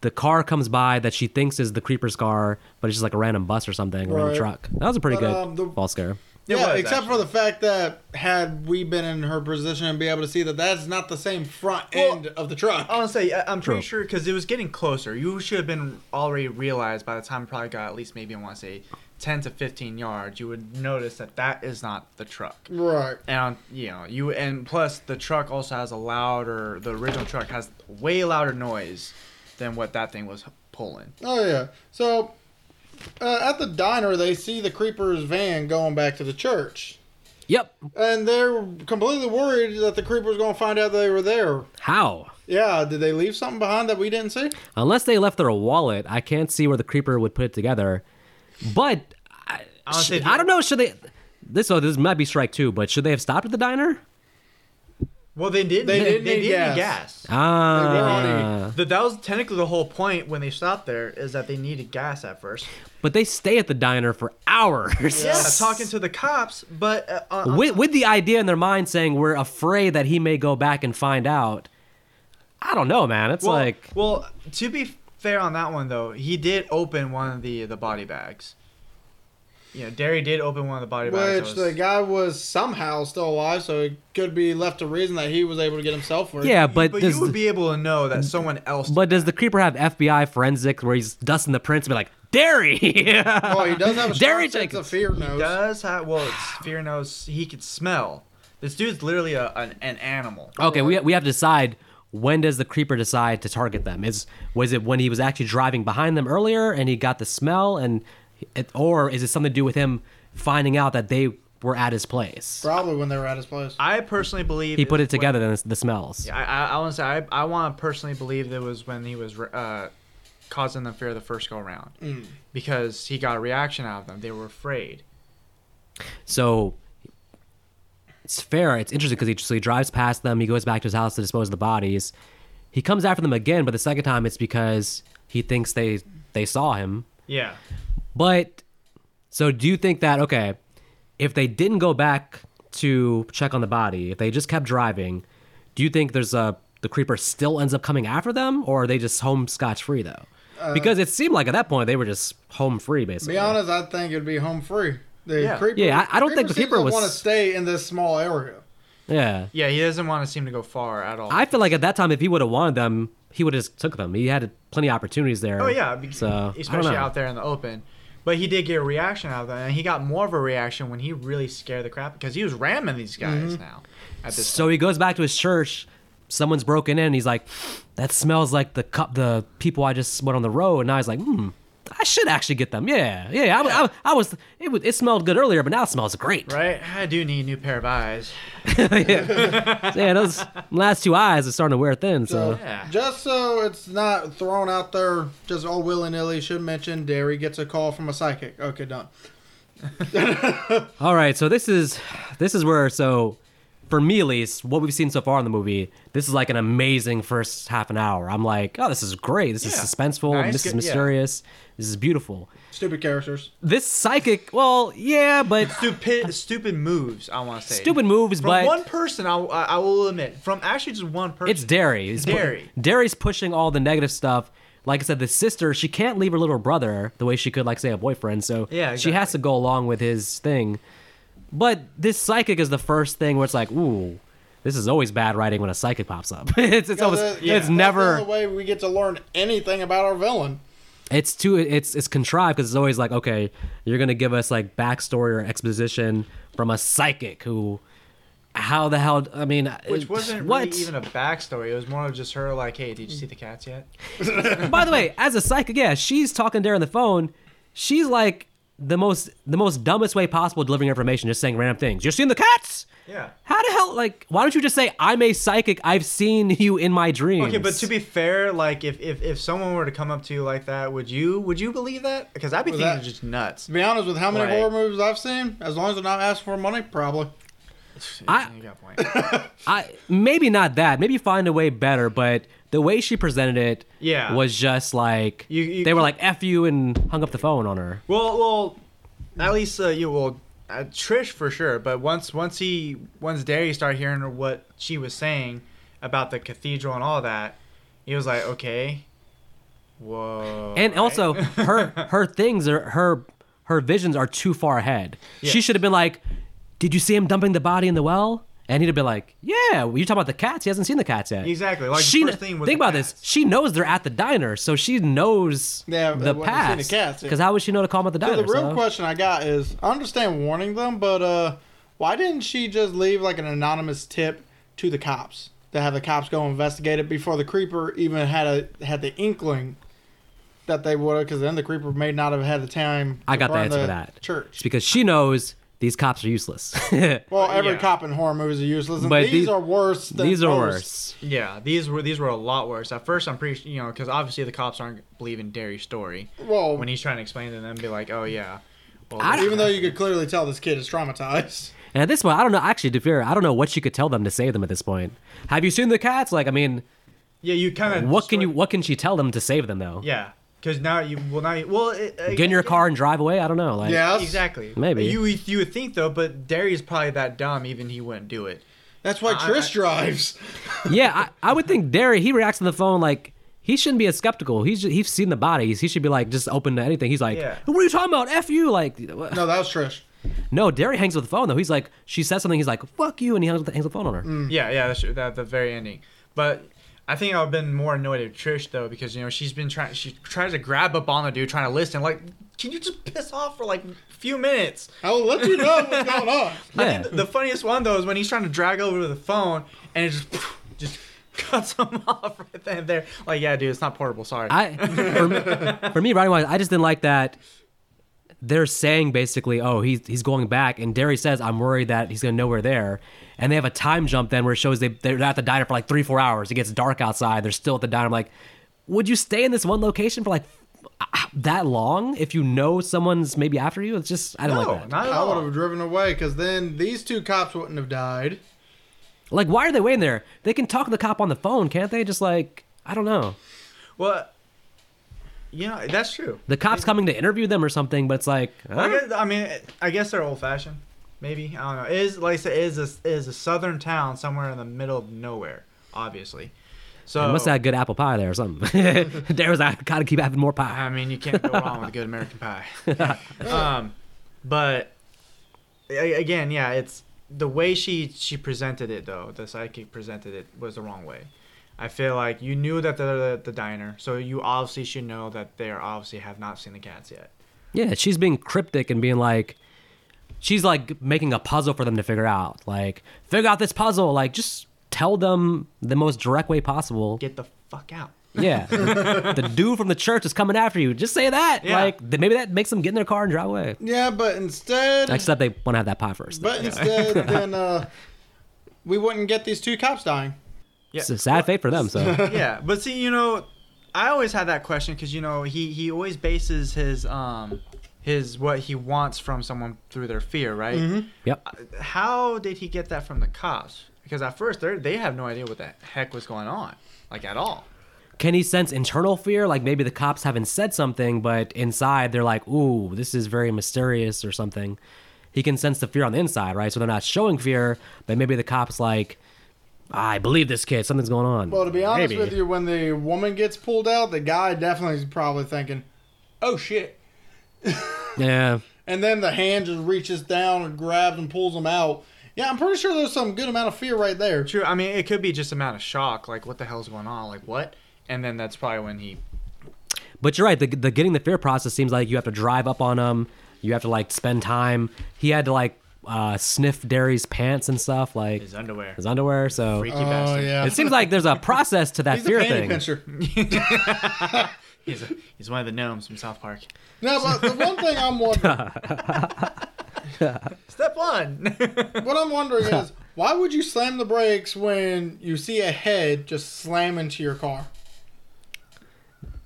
[SPEAKER 1] the car comes by that she thinks is the creeper's car, but it's just like a random bus or something, a random
[SPEAKER 2] Right.
[SPEAKER 1] truck. That was a pretty
[SPEAKER 2] But,
[SPEAKER 1] good
[SPEAKER 2] um, the-
[SPEAKER 1] false scare.
[SPEAKER 3] It
[SPEAKER 2] yeah,
[SPEAKER 3] was,
[SPEAKER 2] except for
[SPEAKER 3] actually.
[SPEAKER 2] the fact that had we been in her position and be able to see that that's not the same front
[SPEAKER 3] Well, uh,
[SPEAKER 2] end of the truck.
[SPEAKER 3] Honestly, I, I'm pretty
[SPEAKER 1] True.
[SPEAKER 3] sure because it was getting closer. You should have been already realized by the time it probably got at least maybe I want to say 10 to 15 yards. You would notice that that is not the truck.
[SPEAKER 2] right.
[SPEAKER 3] And um, you know you and plus the truck also has a louder. The original truck has way louder noise than what that thing was pulling.
[SPEAKER 2] Oh yeah. So uh, at the diner, they see the creeper's van going back to the church,
[SPEAKER 1] Yep.
[SPEAKER 2] and they're completely worried that the creeper's going to find out they were there.
[SPEAKER 1] How?
[SPEAKER 2] Yeah. Did they leave something behind that we didn't see?
[SPEAKER 1] Unless they left their wallet, I can't see where the creeper would put it together. But I,
[SPEAKER 3] Honestly,
[SPEAKER 1] sh-
[SPEAKER 3] the-
[SPEAKER 1] I don't know. Should they? This so this might be strike two, but should they have stopped at the diner?
[SPEAKER 3] Well, they didn't.
[SPEAKER 2] They didn't
[SPEAKER 3] They
[SPEAKER 2] need gas.
[SPEAKER 3] didn't gas.
[SPEAKER 1] Ah,
[SPEAKER 3] That that was technically the whole point when they stopped there is that they needed gas at first.
[SPEAKER 1] but they stay at the diner for hours.
[SPEAKER 3] Yeah, talking to the cops, but uh, uh,
[SPEAKER 1] with, with the idea in their mind saying we're afraid that he may go back and find out. I don't know, man. It's
[SPEAKER 3] well,
[SPEAKER 1] like
[SPEAKER 3] well, to be fair on that one though, he did open one of the the body bags. You know, Derry did open one of the body bags.
[SPEAKER 2] Which
[SPEAKER 3] that
[SPEAKER 2] the
[SPEAKER 3] was-
[SPEAKER 2] guy was somehow still alive, so it could be left to reason that he was able to get himself. Free.
[SPEAKER 1] yeah, but
[SPEAKER 3] but
[SPEAKER 1] does
[SPEAKER 3] you would be able to know that someone else.
[SPEAKER 1] but does the creeper have FBI forensics where he's dusting the prints and be like Derry? <laughs>
[SPEAKER 2] Well, Oh, he does have a strong
[SPEAKER 1] Derry
[SPEAKER 2] sense of
[SPEAKER 1] Jenkins.
[SPEAKER 2] fear.
[SPEAKER 3] He
[SPEAKER 2] Nose.
[SPEAKER 3] does have well, it's fear knows he could smell. This dude's literally a, an, an animal.
[SPEAKER 1] Okay, we we have to decide when does the creeper decide to target them? Is was it when he was actually driving behind them earlier and he got the smell and it, or is it something to do with him finding out that they were at his place.
[SPEAKER 2] Probably when they were at his place.
[SPEAKER 3] I personally believe
[SPEAKER 1] He put
[SPEAKER 3] was
[SPEAKER 1] it together. Then the smells.
[SPEAKER 3] When, I I, I want to say I, I want to personally believe that it was when he was uh, causing them fear the first go round because he got a reaction out of them. They were afraid.
[SPEAKER 1] So it's fair. It's interesting because he so he drives past them. He goes back to his house to dispose of the bodies. He comes after them again, but the second time it's because he thinks they they saw him.
[SPEAKER 3] Yeah.
[SPEAKER 1] But so do you think that okay, if they didn't go back to check on the body, if they just kept driving, do you think there's a the creeper still ends up coming after them, or are they just home scotch free though? because it seemed like at that point they were just home free
[SPEAKER 2] To
[SPEAKER 1] basically.
[SPEAKER 2] be honest, I think it'd be home free. The
[SPEAKER 3] Yeah.
[SPEAKER 2] creeper.
[SPEAKER 1] Yeah, I- I don't think the creeper was-
[SPEAKER 2] want to stay in this small area.
[SPEAKER 1] Yeah.
[SPEAKER 3] Yeah, he doesn't want to seem to go far at all.
[SPEAKER 1] I feel like at that time, if he would have wanted them, he would have just took them. He had plenty of opportunities there.
[SPEAKER 3] Oh yeah, be-
[SPEAKER 1] so I don't
[SPEAKER 3] especially
[SPEAKER 1] know.
[SPEAKER 3] out there in the open. But he did get a reaction out of that, and he got more of a reaction when he really scared the crap because he was ramming these guys
[SPEAKER 1] Mm-hmm.
[SPEAKER 3] now. At this,
[SPEAKER 1] So he goes back to his church. Someone's broken in. And he's like, "That smells like the cup, the people I just went on the road." And I was like, "Hmm, I should actually get them." Yeah, yeah. I, I, I was. It, was- it smelled good earlier, but now it smells great.
[SPEAKER 3] right? I do need a new pair of eyes.
[SPEAKER 1] <laughs> yeah, those last two eyes are starting to wear thin. So,
[SPEAKER 2] So,
[SPEAKER 3] Yeah.
[SPEAKER 2] just so it's not thrown out there, just all willy nilly, should mention Derry gets a call from a psychic. Okay, done.
[SPEAKER 1] all right. So this is this is where so. For me, at least, what we've seen so far in the movie, this is like an amazing first half an hour. I'm like, oh, this is great. This is
[SPEAKER 3] Yeah.
[SPEAKER 1] suspenseful.
[SPEAKER 3] Nice,
[SPEAKER 1] This is
[SPEAKER 3] good- yeah.
[SPEAKER 1] mysterious. This is beautiful.
[SPEAKER 2] Stupid characters.
[SPEAKER 1] This psychic, well, yeah, but
[SPEAKER 3] Stupid, stupid moves. I want to say
[SPEAKER 1] stupid moves,
[SPEAKER 3] From
[SPEAKER 1] but
[SPEAKER 3] one person, I, I I will admit, from actually just one person.
[SPEAKER 1] It's Derry. It's pu-
[SPEAKER 3] Derry.
[SPEAKER 1] Derry's pushing all the negative stuff. Like I said, the sister, she can't leave her little brother the way she could, like, say, a boyfriend. So
[SPEAKER 3] Yeah,
[SPEAKER 1] she has to go along with his thing. But this psychic is the first thing where it's like, ooh, this is always bad writing when a psychic pops up. <laughs> it's it's always
[SPEAKER 2] uh, That's
[SPEAKER 1] it's
[SPEAKER 2] the
[SPEAKER 1] never
[SPEAKER 2] only way we get to learn anything about our villain.
[SPEAKER 1] it's too it's it's contrived because it's always like, okay, you're gonna give us like backstory or exposition from a psychic who. How the hell? I mean,
[SPEAKER 3] which
[SPEAKER 1] it-
[SPEAKER 3] wasn't
[SPEAKER 1] what?
[SPEAKER 3] really even a backstory. It was more of just her, like, "Hey, did you see the cats yet?"
[SPEAKER 1] By
[SPEAKER 3] <laughs>
[SPEAKER 1] the way, as a psychic, yeah, she's talking there on the phone. She's like the most the most dumbest way possible delivering information, just saying random things. You're seeing the cats?
[SPEAKER 3] Yeah.
[SPEAKER 1] How the hell like why don't you just say I'm a psychic, I've seen you in my dreams?
[SPEAKER 3] Okay, but to be fair, like, if, if if someone were to come up to you like that, would you would you believe that? Because I'd be
[SPEAKER 2] Was
[SPEAKER 3] thinking
[SPEAKER 2] that-
[SPEAKER 3] just nuts.
[SPEAKER 2] To be honest, with how many
[SPEAKER 3] Right.
[SPEAKER 2] horror movies I've seen, as long as they're not asking for money, probably.
[SPEAKER 1] I-
[SPEAKER 3] You got a point.
[SPEAKER 1] I maybe not that. Maybe find a way better, but the way she presented it
[SPEAKER 3] Yeah.
[SPEAKER 1] was just like
[SPEAKER 3] You- you-
[SPEAKER 1] they were like F you and hung up the phone on her.
[SPEAKER 3] Well, well, at least uh, you will uh, Trish for sure. But once once he once Derry started hearing what she was saying about the cathedral and all that, he was like, okay, whoa.
[SPEAKER 1] and
[SPEAKER 3] right? <laughs>
[SPEAKER 1] also her her things are her her visions are too far ahead. She
[SPEAKER 3] Yeah.
[SPEAKER 1] should have been like, "Did you see him dumping the body in the well?" And he'd have been like, "Yeah, well, you're talking about the cats. He hasn't seen the cats yet."
[SPEAKER 3] Exactly, like the
[SPEAKER 1] she
[SPEAKER 3] first thing was
[SPEAKER 1] think
[SPEAKER 3] the
[SPEAKER 1] about
[SPEAKER 3] cats.
[SPEAKER 1] this. She knows they're at the diner, so she knows
[SPEAKER 2] Yeah,
[SPEAKER 1] the
[SPEAKER 2] when they see
[SPEAKER 1] past.
[SPEAKER 2] the cats, yeah.
[SPEAKER 1] Because how would she know to call him at the
[SPEAKER 2] So
[SPEAKER 1] diner?
[SPEAKER 2] the real
[SPEAKER 1] so-
[SPEAKER 2] question I got is, I understand warning them, but uh, why didn't she just leave like an anonymous tip to the cops to have the cops go investigate it before the creeper even had a had the inkling that they would, because then the creeper may not have had the time.
[SPEAKER 1] I
[SPEAKER 2] to
[SPEAKER 1] got the
[SPEAKER 2] burn
[SPEAKER 1] answer for that. It's
[SPEAKER 2] Church.
[SPEAKER 1] because she knows these cops are useless. <laughs>
[SPEAKER 2] Well, every
[SPEAKER 3] Yeah.
[SPEAKER 2] cop in horror movies are useless, and
[SPEAKER 1] Uh, But
[SPEAKER 2] these,
[SPEAKER 1] these-
[SPEAKER 2] are worse. Than
[SPEAKER 1] these are
[SPEAKER 2] most.
[SPEAKER 1] worse.
[SPEAKER 3] yeah, these were these were a lot worse. At first, I'm pretty, you know, because obviously the cops aren't believing Derry's story
[SPEAKER 2] Well,
[SPEAKER 3] when he's trying to explain to them, be like, oh yeah. Well,
[SPEAKER 1] I don't-
[SPEAKER 2] even though you could clearly tell this kid is traumatized. <laughs>
[SPEAKER 1] And at this point, I don't know. Actually, to be fair, I don't know what she could tell them to save them at this point. Have you seen the cats? Like, I mean,
[SPEAKER 3] yeah, you kind of
[SPEAKER 1] what can you? What can she tell them to save them though?
[SPEAKER 3] yeah, because now you well now you, well it,
[SPEAKER 1] get in your car and drive away. I don't know. Like,
[SPEAKER 2] Yeah,
[SPEAKER 3] Exactly.
[SPEAKER 1] Maybe.
[SPEAKER 3] you you would think though, but Derry's probably that dumb. Even he wouldn't do it.
[SPEAKER 2] That's why
[SPEAKER 3] I-
[SPEAKER 2] Trish drives.
[SPEAKER 1] yeah. I, I would think Derry. He reacts on the phone like he shouldn't be as skeptical. He's he's seen the bodies. He should be like just open to anything. He's like,
[SPEAKER 3] Yeah.
[SPEAKER 1] what are you talking about? F you. Like, what?
[SPEAKER 2] No, that was Trish.
[SPEAKER 1] no. Derry hangs up the phone though. He's like, she says something. He's like, fuck you, and he hangs up the, hangs up the phone on her.
[SPEAKER 3] Yeah, yeah, that's true. That the very ending. But I think I've been more annoyed at Trish though because you know she's been trying. She tries to grab up on the dude trying to listen. Like, can you just piss off for like a few minutes?
[SPEAKER 2] I will let you know what's going on.
[SPEAKER 3] I
[SPEAKER 1] Yeah.
[SPEAKER 3] think the, the funniest one though is when he's trying to drag over the phone and it just <laughs> just cuts him <laughs> off right then and there. Like, yeah, dude, it's not portable. Sorry.
[SPEAKER 1] I for, me- for me, writing wise, I just didn't like that. they're saying basically, oh, he's he's going back, and Derry says, I'm worried that he's gonna know we're there, and they have a time jump then where it shows they they're at the diner for like three four hours. It gets dark outside. They're still at the diner. I'm like, would you stay in this one location for like that long if you know someone's maybe after you? It's just I don't
[SPEAKER 3] No,
[SPEAKER 1] like that.
[SPEAKER 3] not at
[SPEAKER 2] I would
[SPEAKER 3] all.
[SPEAKER 2] have driven away because then these two cops wouldn't have died.
[SPEAKER 1] Like, why are they waiting there? They can talk to the cop on the phone, can't they? Just like I don't know.
[SPEAKER 3] Well, yeah, that's true.
[SPEAKER 1] The cop's coming to interview them or something, but it's like
[SPEAKER 3] I,
[SPEAKER 1] huh?
[SPEAKER 3] guess, I mean, I guess they're old fashioned. Maybe I don't know. It Is like I said, it is a, it is a southern town somewhere in the middle of nowhere, obviously. So
[SPEAKER 1] They must have had good apple pie there or something. <laughs> there was I gotta keep having more pie.
[SPEAKER 3] I mean, you can't go wrong with good American pie. um, but a- again, yeah, it's the way she she presented it though. The psychic presented it was the wrong way. I feel like you knew that they're the, the diner, so you obviously should know that they are obviously have not seen the cats yet.
[SPEAKER 1] Yeah, she's being cryptic and being like, she's like making a puzzle for them to figure out. Like, figure out this puzzle. Like, just tell them the most direct way possible.
[SPEAKER 3] Get the fuck out. <laughs>
[SPEAKER 1] Yeah, the dude from the church is coming after you. Just say that.
[SPEAKER 3] Yeah.
[SPEAKER 1] Like, th- maybe that makes them get in their car and drive away.
[SPEAKER 2] Yeah, but instead,
[SPEAKER 1] Except they want to have that pie first.
[SPEAKER 2] but instead, then uh, we wouldn't get these two cops dying.
[SPEAKER 3] Yeah.
[SPEAKER 1] It's a sad fate for them. So
[SPEAKER 3] <laughs> yeah, but see, you know, I always had that question because you know he he always bases his um his what he wants from someone through their fear, right?
[SPEAKER 1] Yep.
[SPEAKER 3] How did he get that from the cops? Because at first they they have no idea what the heck was going on, like at all.
[SPEAKER 1] Can he sense internal fear? Like maybe the cops haven't said something, but inside they're like, ooh, this is very mysterious or something. He can sense the fear on the inside, right? So they're not showing fear, but maybe the cops like, "Ah, I believe this kid, something's going on.
[SPEAKER 2] Well, to be honest
[SPEAKER 1] Maybe.
[SPEAKER 2] with you, when the woman gets pulled out, the guy definitely is probably thinking, "Oh shit."
[SPEAKER 1] Yeah.
[SPEAKER 2] And then the hand just reaches down and grabs and pulls them out. Yeah, I'm pretty sure there's some good amount of fear right there.
[SPEAKER 3] True. I mean, it could be just a matter of shock, like what the hell's going on, like what, and then that's probably when he.
[SPEAKER 1] But you're right, the, the getting the fear process seems like you have to drive up on him, you have to like spend time. He had to like uh, sniff Derry's pants and stuff, like
[SPEAKER 3] His underwear.
[SPEAKER 1] his underwear. So
[SPEAKER 3] Freaky
[SPEAKER 2] Oh
[SPEAKER 3] bastard.
[SPEAKER 2] yeah,
[SPEAKER 1] it seems like there's a process to that
[SPEAKER 2] he's a
[SPEAKER 1] fear
[SPEAKER 2] panty
[SPEAKER 1] thing.
[SPEAKER 2] pincher.
[SPEAKER 3] He's, a, he's one of the gnomes from South Park.
[SPEAKER 2] No, but the one thing I'm wondering,
[SPEAKER 3] Step <laughs> one.
[SPEAKER 2] what I'm
[SPEAKER 3] <laughs>
[SPEAKER 2] wondering is, why would you slam the brakes when you see a head just slam into your car?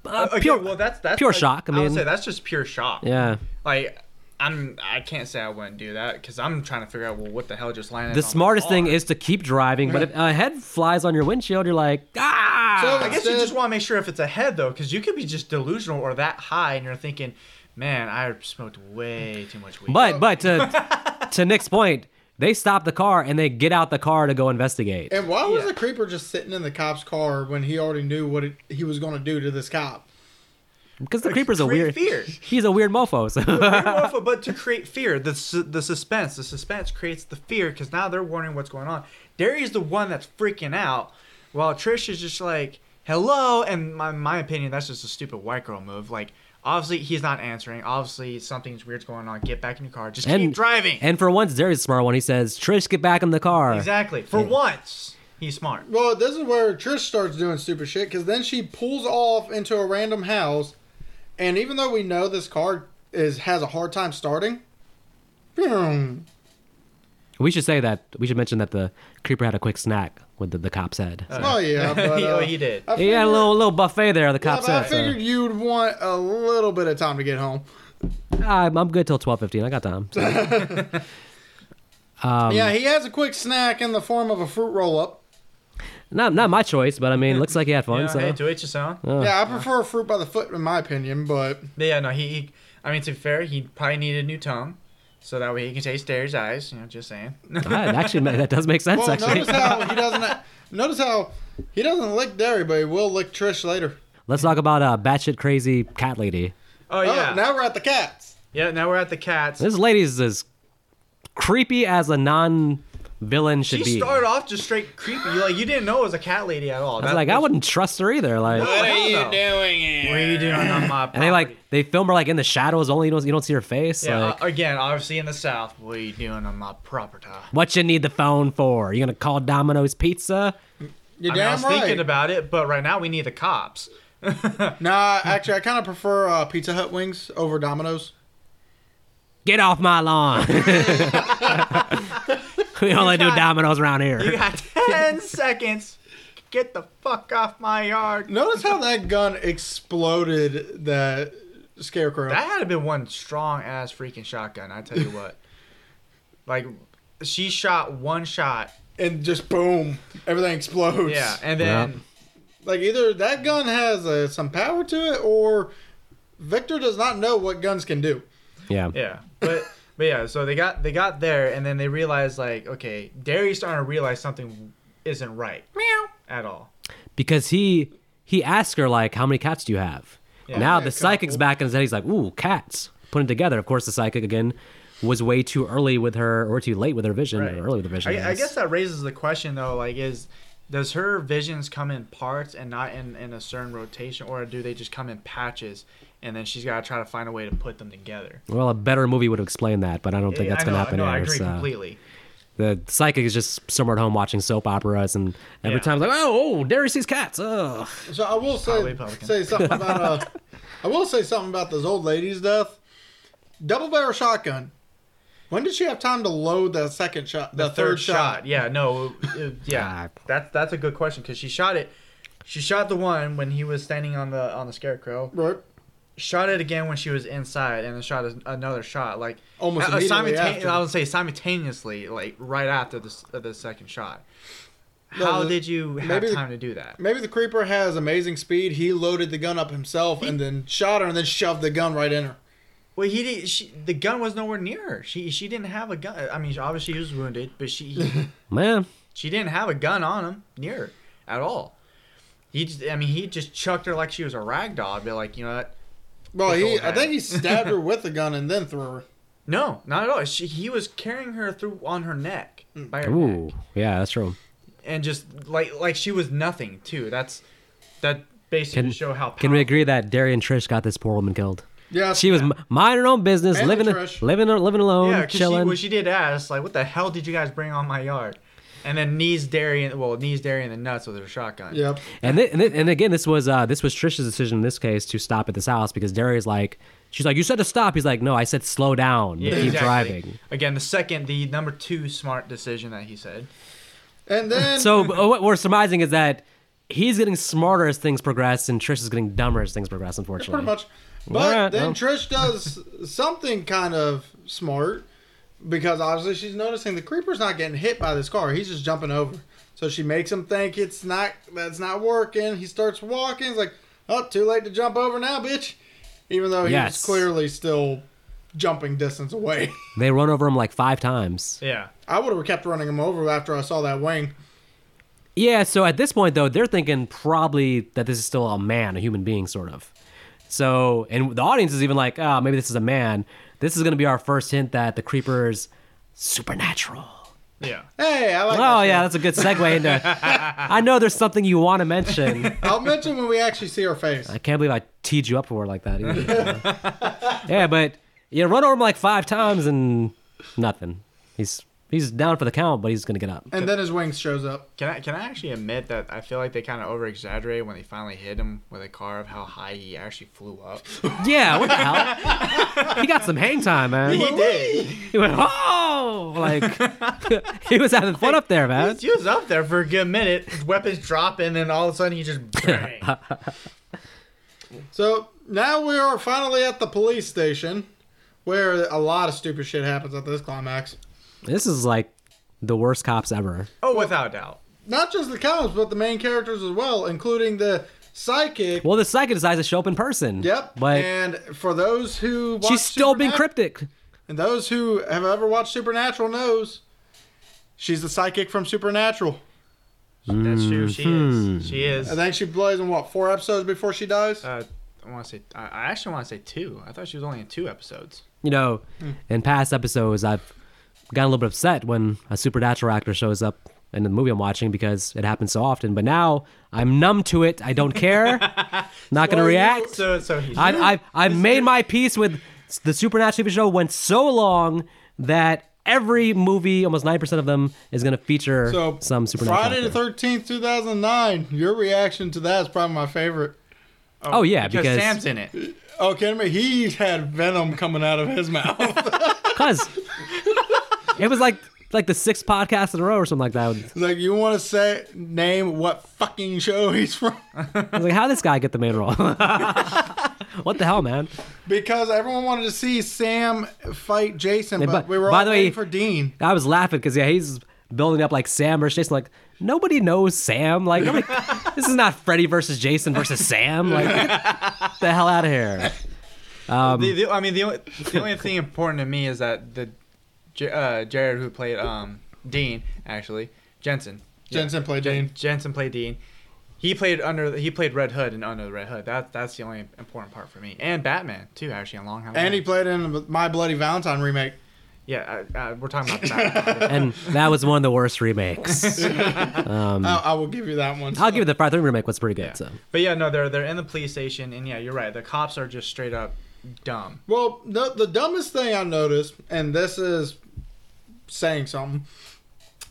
[SPEAKER 1] Uh,
[SPEAKER 3] Okay,
[SPEAKER 1] pure-
[SPEAKER 3] well, that's that's
[SPEAKER 1] pure
[SPEAKER 3] like-
[SPEAKER 1] shock, I
[SPEAKER 3] I would
[SPEAKER 1] mean-
[SPEAKER 3] say that's just pure shock.
[SPEAKER 1] yeah.
[SPEAKER 3] like I'm I can't say I wouldn't do that because I'm trying to figure out well what the hell just landed.
[SPEAKER 1] The
[SPEAKER 3] on my
[SPEAKER 1] smartest thing
[SPEAKER 3] car.
[SPEAKER 1] is to keep driving, but if a head flies on your windshield, you're like, ah!
[SPEAKER 3] I guess you
[SPEAKER 2] Instead-
[SPEAKER 3] just want to make sure if it's a head though because you could be just delusional or that high and you're thinking, man, I smoked way too much weed. <laughs>
[SPEAKER 1] but but to, to Nick's point, they stop the car and they get out the car to go investigate.
[SPEAKER 2] And why was
[SPEAKER 3] Yeah.
[SPEAKER 2] the creeper just sitting in the cop's car when he already knew what it, he was going to do to this cop?
[SPEAKER 1] Because the creeper's a
[SPEAKER 3] create
[SPEAKER 1] weird,
[SPEAKER 3] fear.
[SPEAKER 1] he's a weird mofo.
[SPEAKER 3] <laughs>
[SPEAKER 1] So.
[SPEAKER 3] Fear morpho, but to create fear, the su- the suspense, the suspense creates the fear because now they're wondering what's going on. Derry's the one that's freaking out, while Trish is just like, "Hello," and my my opinion, that's just a stupid white girl move. Like, obviously he's not answering. Obviously something's weird's going on. Get back in your car. Just keep driving.
[SPEAKER 1] And for once, Derry's a smart one. He says, "Trish, get back in the car."
[SPEAKER 3] exactly. For once, he's smart.
[SPEAKER 2] Well, this is where Trish starts doing stupid shit because then she pulls off into a random house, and even though we know this car is has a hard time starting, boom.
[SPEAKER 1] We should say that. We should mention that the creeper had a quick snack with the, the cop's head. So.
[SPEAKER 2] Oh
[SPEAKER 3] <laughs>
[SPEAKER 2] yeah, but,
[SPEAKER 3] He-
[SPEAKER 2] uh,
[SPEAKER 3] oh, he did.
[SPEAKER 2] I
[SPEAKER 1] he had a
[SPEAKER 2] figured-
[SPEAKER 1] little little buffet there. The
[SPEAKER 2] yeah,
[SPEAKER 1] cop's
[SPEAKER 2] but I
[SPEAKER 1] head. so.
[SPEAKER 2] figured you'd want a little bit of time to get home.
[SPEAKER 1] Ah, I'm, I'm good till twelve fifteen. I got time. So.
[SPEAKER 2] yeah, he has a quick snack in the form of a fruit roll up.
[SPEAKER 1] not not my choice, but I mean, looks like he had fun.
[SPEAKER 3] Yeah,
[SPEAKER 1] so
[SPEAKER 3] hey, to each his own.
[SPEAKER 2] yeah, I prefer a fruit by the foot in my opinion, but
[SPEAKER 3] But yeah, no, he, he. I mean, to be fair, he probably needed a new tongue, so that way he can taste Derry's eyes. You know, just saying. <laughs>
[SPEAKER 1] Ah, it actually, ma- that does make sense.
[SPEAKER 2] well,
[SPEAKER 1] actually,
[SPEAKER 2] notice how he doesn't. Notice how he doesn't lick Derry, but he will lick Trish later.
[SPEAKER 1] let's talk about uh, batshit crazy cat lady.
[SPEAKER 3] Oh yeah.
[SPEAKER 2] Oh, now we're at the cats.
[SPEAKER 3] Yeah, now we're at the cats.
[SPEAKER 1] This lady's as creepy as a non-villain should
[SPEAKER 3] She
[SPEAKER 1] be.
[SPEAKER 3] started off just straight creepy. You like you didn't know it was a cat lady at all.
[SPEAKER 1] I was like, I wouldn't trust her either. Like,
[SPEAKER 3] What are you
[SPEAKER 2] doing
[SPEAKER 3] What are you doing on my
[SPEAKER 1] <laughs> and they like they film her like in the shadows. Only you don't you don't see her face.
[SPEAKER 3] Yeah,
[SPEAKER 1] like,
[SPEAKER 3] uh, again, obviously in the South. What are you doing on my property?
[SPEAKER 1] what you need the phone for? You gonna call Domino's Pizza?
[SPEAKER 2] You're
[SPEAKER 3] I, mean, I
[SPEAKER 2] damn
[SPEAKER 3] was
[SPEAKER 2] right.
[SPEAKER 3] thinking about it, but right now we need the cops.
[SPEAKER 2] nah, actually, I kind of prefer uh, Pizza Hut wings over Domino's.
[SPEAKER 1] Get off my lawn. <laughs> we only do
[SPEAKER 3] got-
[SPEAKER 1] dominoes around here.
[SPEAKER 3] You <laughs> got 10 seconds. Get the fuck off my yard.
[SPEAKER 2] Notice how that gun exploded that scarecrow.
[SPEAKER 3] That had to been one strong ass freaking shotgun, I tell you what. like, she shot one shot.
[SPEAKER 2] and just boom, everything explodes.
[SPEAKER 3] Yeah, and then
[SPEAKER 1] Yeah.
[SPEAKER 2] Like either that gun has uh, some power to it, or Victor does not know what guns can do.
[SPEAKER 1] yeah.
[SPEAKER 3] Yeah, but but yeah, so they got they got there, and then they realized like, okay, Derry's starting to realize something isn't right. Meow. At all.
[SPEAKER 1] Because he he asked her like, "How many cats do you have?"
[SPEAKER 3] Yeah.
[SPEAKER 1] now
[SPEAKER 2] Yeah,
[SPEAKER 1] the psychic's
[SPEAKER 2] couple.
[SPEAKER 1] back in his head. He's like, "Ooh, cats." Putting it together. Of course, the psychic again was way too early with her, or too late with her vision,
[SPEAKER 3] Right.
[SPEAKER 1] or early with her vision.
[SPEAKER 3] I, I guess that raises the question though, like, is does her visions come in parts and not in in a certain rotation, or do they just come in patches? And then she's got to try to find a way to put them together.
[SPEAKER 1] Well, a better movie would explain that, but I don't think that's
[SPEAKER 3] I
[SPEAKER 1] going to
[SPEAKER 3] know,
[SPEAKER 1] happen.
[SPEAKER 3] I, know, I
[SPEAKER 1] here,
[SPEAKER 3] agree
[SPEAKER 1] so.
[SPEAKER 3] completely.
[SPEAKER 1] The psychic is just somewhere at home watching soap operas, and every
[SPEAKER 3] Yeah.
[SPEAKER 1] time it's like, "Oh, oh, Derry sees cats." Ugh.
[SPEAKER 2] So I will
[SPEAKER 3] Probably
[SPEAKER 2] say
[SPEAKER 3] Republican.
[SPEAKER 2] say something about
[SPEAKER 3] <laughs>
[SPEAKER 2] uh, I will say something about this old lady's death. Double barrel shotgun. When did she have time to load that second shot? Ah,
[SPEAKER 3] the third, shot. Yeah, no, uh,
[SPEAKER 2] <laughs>
[SPEAKER 3] yeah,
[SPEAKER 1] God.
[SPEAKER 3] that's that's a good question because she shot it. She shot the one when he was standing on the on the scarecrow.
[SPEAKER 2] Right.
[SPEAKER 3] Shot it again when she was inside, and then shot as- another shot like
[SPEAKER 2] Almost
[SPEAKER 3] uh,
[SPEAKER 2] immediately
[SPEAKER 3] simultane-
[SPEAKER 2] after.
[SPEAKER 3] I would say simultaneously, like right after the s- uh, the second shot.
[SPEAKER 2] No,
[SPEAKER 3] How
[SPEAKER 2] the-
[SPEAKER 3] did you have
[SPEAKER 2] maybe the-
[SPEAKER 3] time to do that?
[SPEAKER 2] Maybe the creeper has amazing speed. He loaded the gun up himself and then shot her and then shoved the gun right in her.
[SPEAKER 3] Well, he did. She, the gun was nowhere near her. She she didn't have a gun. I mean, obviously she was wounded, but she
[SPEAKER 1] Man,
[SPEAKER 3] She didn't have a gun on him near her at all. He, just, I mean, he just chucked her like she was a rag doll. I'd be like, you know what?
[SPEAKER 2] Well,
[SPEAKER 3] This
[SPEAKER 2] he
[SPEAKER 3] old
[SPEAKER 2] I think
[SPEAKER 3] guy.
[SPEAKER 2] he stabbed her with the gun and then threw her.
[SPEAKER 3] No, not at all. She, he was carrying her through on her neck by her
[SPEAKER 1] ooh,
[SPEAKER 3] neck,
[SPEAKER 1] yeah, that's true.
[SPEAKER 3] and just like like she was nothing too. That's that basically
[SPEAKER 1] Can-
[SPEAKER 3] to show how.
[SPEAKER 1] Can we
[SPEAKER 3] powerful-
[SPEAKER 1] agree that Derry and Trish got this poor woman killed?
[SPEAKER 2] Yeah.
[SPEAKER 1] She was m- minding her own business,
[SPEAKER 2] And
[SPEAKER 1] living,
[SPEAKER 2] Trish.
[SPEAKER 1] living, living alone,
[SPEAKER 3] Yeah, because she,
[SPEAKER 1] chilling.
[SPEAKER 3] well, she did ask like, what the hell did you guys bring on my yard? And then knees Darian, well, knees Darian the nuts with her shotgun.
[SPEAKER 2] Yep.
[SPEAKER 1] And, thi- and, thi- and again, this was uh, this was Trish's decision in this case to stop at this house because Derry's like, she's like, you said to stop. He's like, no, I said slow down, but
[SPEAKER 3] Yeah,
[SPEAKER 1] keep
[SPEAKER 3] exactly.
[SPEAKER 1] driving.
[SPEAKER 3] Again, the second, the number two smart decision that he said.
[SPEAKER 2] And
[SPEAKER 1] <laughs>
[SPEAKER 2] then
[SPEAKER 1] So b- what we're surmising is that he's getting smarter as things progress, and Trish is getting dumber as things progress. Unfortunately,
[SPEAKER 2] pretty much. But
[SPEAKER 1] Alright,
[SPEAKER 2] then
[SPEAKER 1] well. <laughs>
[SPEAKER 2] Trish does something kind of smart because obviously she's noticing the creeper's not getting hit by this car. He's just jumping over. So she makes him think it's not that's not working. He starts walking. He's like, "Oh, too late to jump over now, bitch." Even though he's
[SPEAKER 1] Yes.
[SPEAKER 2] clearly still jumping distance away. <laughs>
[SPEAKER 1] they run over him like five times.
[SPEAKER 3] Yeah.
[SPEAKER 2] I would have kept running him over after I saw that wing.
[SPEAKER 1] Yeah, so at this point though, they're thinking probably that this is still a man, a human being, sort of. So, and the audience is even like, ah, maybe this is a man. This is going to be our first hint that the creeper's supernatural.
[SPEAKER 3] Yeah.
[SPEAKER 2] Hey, I like.
[SPEAKER 1] Oh yeah,
[SPEAKER 2] that shit.
[SPEAKER 1] that's a good segue <laughs> into. I know there's something you want to mention.
[SPEAKER 2] I'll mention when we actually see her
[SPEAKER 1] <laughs>
[SPEAKER 2] face.
[SPEAKER 1] I can't believe I teed you up for it like that. Either. <laughs> yeah, but you run over him like five times and nothing. He's he's down for the count, but he's gonna get up.
[SPEAKER 2] And then his wings shows up.
[SPEAKER 3] Can I can I actually admit that I feel like they kind of over exaggerated when they finally hit him with a car of how high he actually flew
[SPEAKER 1] <laughs>
[SPEAKER 3] up.
[SPEAKER 1] Yeah, what the hell? <laughs> he got some hang time, man.
[SPEAKER 3] he did.
[SPEAKER 1] He went, oh, like <laughs> he was having fun up there, man.
[SPEAKER 3] He was up there for a good minute. His weapons dropping, and then all of a sudden
[SPEAKER 1] <laughs>
[SPEAKER 3] he just bang.
[SPEAKER 2] So now we are finally at the police station, where a lot of stupid shit happens at this climax.
[SPEAKER 1] This is like the worst cops ever.
[SPEAKER 3] oh, without doubt.
[SPEAKER 2] Not just the cops, but the main characters as well, including the psychic.
[SPEAKER 1] Well, the psychic decides to show up in person.
[SPEAKER 2] Yep.
[SPEAKER 1] but
[SPEAKER 2] and for those who watch
[SPEAKER 1] she's still being
[SPEAKER 2] Supernat-
[SPEAKER 1] cryptic.
[SPEAKER 2] and those who have ever watched Supernatural knows, she's the psychic from Supernatural.
[SPEAKER 3] That's true. She
[SPEAKER 1] Mm-hmm.
[SPEAKER 3] is. She
[SPEAKER 2] I
[SPEAKER 3] is.
[SPEAKER 2] think she plays in what four episodes before she dies.
[SPEAKER 3] Uh, I want to say. I I actually want to say two. I thought she was only in two episodes.
[SPEAKER 1] You know,
[SPEAKER 2] Hmm.
[SPEAKER 1] in past episodes, I've gotten a little bit upset when a supernatural actor shows up in the movie I'm watching because it happens so often. But now I'm numb to it. I don't
[SPEAKER 2] <laughs>
[SPEAKER 1] care. Not gonna
[SPEAKER 2] Well, you-
[SPEAKER 1] react.
[SPEAKER 3] So so
[SPEAKER 2] <laughs>
[SPEAKER 3] he's.
[SPEAKER 1] I've, I've, I've made my peace with the supernatural TV show went so long that every movie, almost 90% of them, is going to feature
[SPEAKER 2] so
[SPEAKER 1] some supernatural.
[SPEAKER 2] Friday the
[SPEAKER 1] actor.
[SPEAKER 2] Thirteenth, two thousand nine. Your reaction to that is probably my favorite.
[SPEAKER 1] Oh, yeah, because-
[SPEAKER 3] Sam's in it.
[SPEAKER 2] Oh, kidding me? He had venom coming out of his <laughs> mouth. <laughs>
[SPEAKER 1] Cause it was like like the sixth podcast in a row or something like that.
[SPEAKER 2] It's like, you want to say name what fucking show <laughs> he's from?
[SPEAKER 1] I was like, how did this guy get the main role? <laughs> what the hell, man?
[SPEAKER 2] because everyone wanted to see Sam fight Jason,
[SPEAKER 1] Yeah,
[SPEAKER 2] but,
[SPEAKER 1] but-
[SPEAKER 2] we were
[SPEAKER 1] by
[SPEAKER 2] all
[SPEAKER 1] the way-
[SPEAKER 2] waiting for Dean.
[SPEAKER 1] I was laughing because yeah, he's building up like Sam versus Jason. Like nobody knows Sam. Like nobody, <laughs> this is not Freddy versus Jason versus Sam. Like get the hell out of here. um,
[SPEAKER 3] the, the, I mean, the only, the only thing important to me is that the J- uh, Jared who played um, Dean actually Jensen. Yeah.
[SPEAKER 2] Jensen played
[SPEAKER 3] Jen-
[SPEAKER 2] Dean.
[SPEAKER 3] Jensen played Dean. He played under. He played Red Hood and under the Red Hood. That that's the only important part for me. And Batman too, actually, in Long Halloween.
[SPEAKER 2] And he played in My Bloody Valentine remake.
[SPEAKER 3] yeah, uh, uh, we're talking
[SPEAKER 2] <laughs>
[SPEAKER 3] about Batman.
[SPEAKER 1] And that was one of the worst remakes. Um,
[SPEAKER 2] I, I will give you that one.
[SPEAKER 1] I'll give it the part three remake was pretty good.
[SPEAKER 3] yeah.
[SPEAKER 1] So
[SPEAKER 3] But yeah, no, they're they're in the police station, and yeah, you're right. The cops are just straight up dumb.
[SPEAKER 2] Well, the the dumbest thing I noticed, and this is saying something,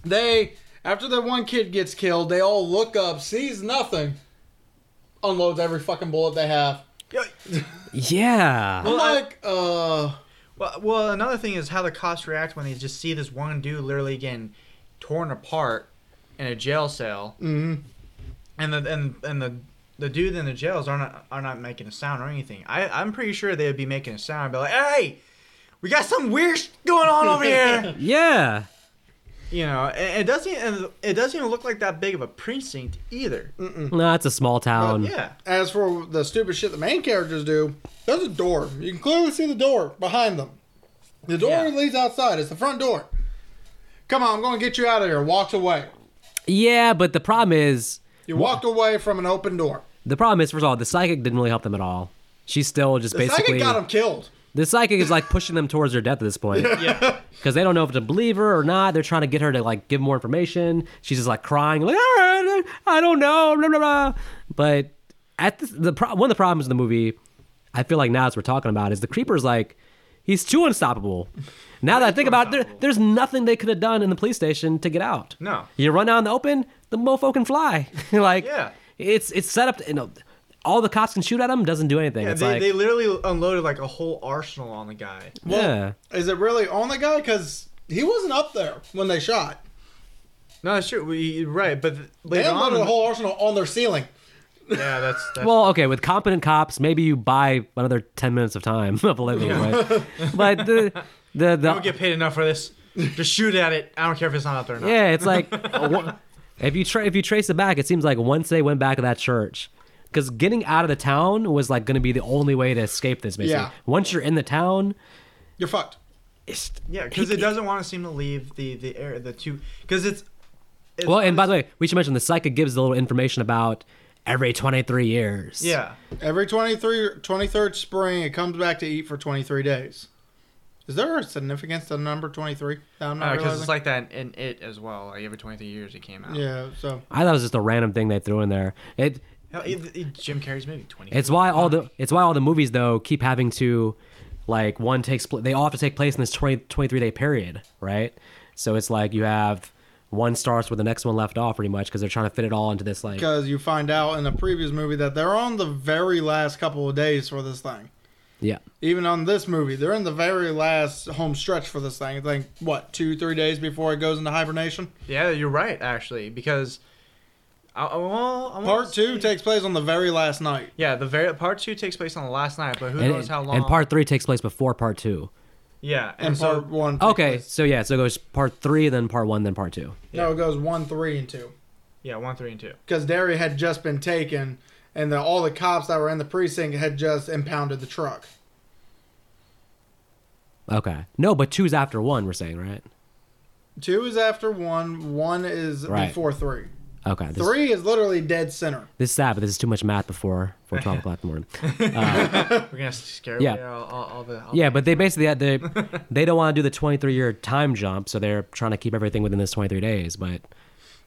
[SPEAKER 2] they after that one kid gets killed, they all look up, sees nothing, unloads every fucking bullet they have.
[SPEAKER 1] yeah,
[SPEAKER 2] I'm
[SPEAKER 3] Well, I-
[SPEAKER 2] like, uh,
[SPEAKER 3] Well, well, another thing is how the cops react when they just see this one dude literally getting torn apart in a jail cell,
[SPEAKER 2] mhm.
[SPEAKER 3] and the and and the the dude in the jails are not are not making a sound or anything. I I'm pretty sure they would be making a sound, be like, hey. We got some weird sh- going on
[SPEAKER 2] <laughs>
[SPEAKER 3] over here,
[SPEAKER 1] yeah.
[SPEAKER 3] you know. And it doesn't and it doesn't even look like that big of a precinct either.
[SPEAKER 1] No, it's a small town.
[SPEAKER 3] Yeah,
[SPEAKER 2] as for the stupid shit the main characters do, there's a door. You can clearly see the door behind them. The door
[SPEAKER 3] Yeah.
[SPEAKER 2] leads outside. It's the front door. Come on, I'm going to get you out of here. Walks away.
[SPEAKER 1] Yeah, but the problem is,
[SPEAKER 2] You walked away from an open door.
[SPEAKER 1] the problem is, first of all, the psychic didn't really help them at all. She's still just
[SPEAKER 2] The
[SPEAKER 1] basically
[SPEAKER 2] psychic got him killed.
[SPEAKER 1] the psychic is like pushing them towards their death at this point.
[SPEAKER 3] yeah.
[SPEAKER 1] because they don't know if to believe her or not. They're trying to get her to like give more information. She's just like crying, like all right, I don't know, blah, blah, blah." But at the, the pro- one of the problems in the movie, I feel like now as we're talking about is the creeper's like he's too unstoppable. Now that I think about it, there,
[SPEAKER 3] unstoppable.
[SPEAKER 1] there's nothing they could have done in the police station to get out.
[SPEAKER 3] No.
[SPEAKER 1] you run out in the open, the mofo can fly. <laughs> like
[SPEAKER 3] Yeah.
[SPEAKER 1] it's it's set up. To, you know, all the cops can shoot at him, doesn't do anything.
[SPEAKER 3] Yeah,
[SPEAKER 1] it's
[SPEAKER 3] they,
[SPEAKER 1] like
[SPEAKER 3] they literally unloaded like a whole arsenal on the guy.
[SPEAKER 1] yeah.
[SPEAKER 2] Is it really on the guy? Because he wasn't up there when they shot.
[SPEAKER 3] No, that's true. We, you're right, but th-
[SPEAKER 2] They
[SPEAKER 3] later on,
[SPEAKER 2] unloaded a whole arsenal on their ceiling.
[SPEAKER 3] <laughs> yeah, that's, that's
[SPEAKER 1] Well, okay, with competent cops, maybe you buy another ten minutes of time <laughs> of living. But, but the the,
[SPEAKER 3] I don't
[SPEAKER 1] the
[SPEAKER 3] get paid enough for this. Just shoot at it. I don't care if it's not out there or
[SPEAKER 1] <laughs>
[SPEAKER 3] not.
[SPEAKER 1] yeah, it's like wha- if you tra- if you trace it back, it seems like once they went back to that church, because getting out of the town was like going to be the only way to escape this. Basically,
[SPEAKER 2] Yeah.
[SPEAKER 1] once you're in the town,
[SPEAKER 2] You're fucked.
[SPEAKER 1] it's
[SPEAKER 3] Yeah, because it doesn't want to seem to leave the the air the two because it's, it's
[SPEAKER 1] Well, and by the way, we should mention the psychic gives a little information about every twenty three years.
[SPEAKER 3] yeah
[SPEAKER 2] Every 23, 23rd spring, it comes back to eat for 23 days. Is there a significance to the number 23 that I'm not
[SPEAKER 3] because
[SPEAKER 2] realizing?
[SPEAKER 3] Uh, it's like that in, in it as well. Like every twenty three years it came out.
[SPEAKER 2] yeah, so...
[SPEAKER 1] I thought it was just a random thing they threw in there. It
[SPEAKER 3] Hell, it- it- Jim Carrey's movie twenty.
[SPEAKER 1] It's why all the it's why all the movies though keep having to like one takes pl- they all have to take place in this 20, 23 day period, right? So it's like you have one starts where the next one left off pretty much because they're trying to fit it all into this like
[SPEAKER 2] because you find out in the previous movie that they're on the very last couple of days for this thing.
[SPEAKER 1] yeah.
[SPEAKER 2] Even on this movie, they're in the very last home stretch for this thing. It's like what two, three days before it goes into hibernation.
[SPEAKER 3] yeah, you're right actually because I, I, well, I wanna
[SPEAKER 2] Part two
[SPEAKER 3] say-
[SPEAKER 2] takes place on the very last night.
[SPEAKER 3] yeah the very part two takes place on the last night, but who
[SPEAKER 1] And,
[SPEAKER 3] knows how long
[SPEAKER 1] and part 3 takes place before part 2.
[SPEAKER 3] yeah and,
[SPEAKER 2] And,
[SPEAKER 3] so
[SPEAKER 2] part one. takes
[SPEAKER 1] Okay,
[SPEAKER 2] place-
[SPEAKER 1] so yeah, so it goes part 3 then part 1 then part 2.
[SPEAKER 2] No, it goes one, three, and two.
[SPEAKER 3] yeah one three and two.
[SPEAKER 2] Because Derry had just been taken, and the, all the cops that were in the precinct had just impounded the truck.
[SPEAKER 1] Okay. No, but 2's after 1 we're saying, right?
[SPEAKER 2] Two is after one. One is
[SPEAKER 1] Right.
[SPEAKER 2] before three.
[SPEAKER 1] Okay. This,
[SPEAKER 2] Three is literally dead center.
[SPEAKER 1] this is sad, but this is too much math before,
[SPEAKER 3] <laughs>
[SPEAKER 1] before 12 o'clock in the morning.
[SPEAKER 3] We're gonna scare
[SPEAKER 1] Yeah.
[SPEAKER 3] away all, all, all the all
[SPEAKER 1] Yeah,
[SPEAKER 3] the-
[SPEAKER 1] but they basically had they
[SPEAKER 3] <laughs>
[SPEAKER 1] they don't want to do the 23 year time jump, so they're trying to keep everything within this 23 days. But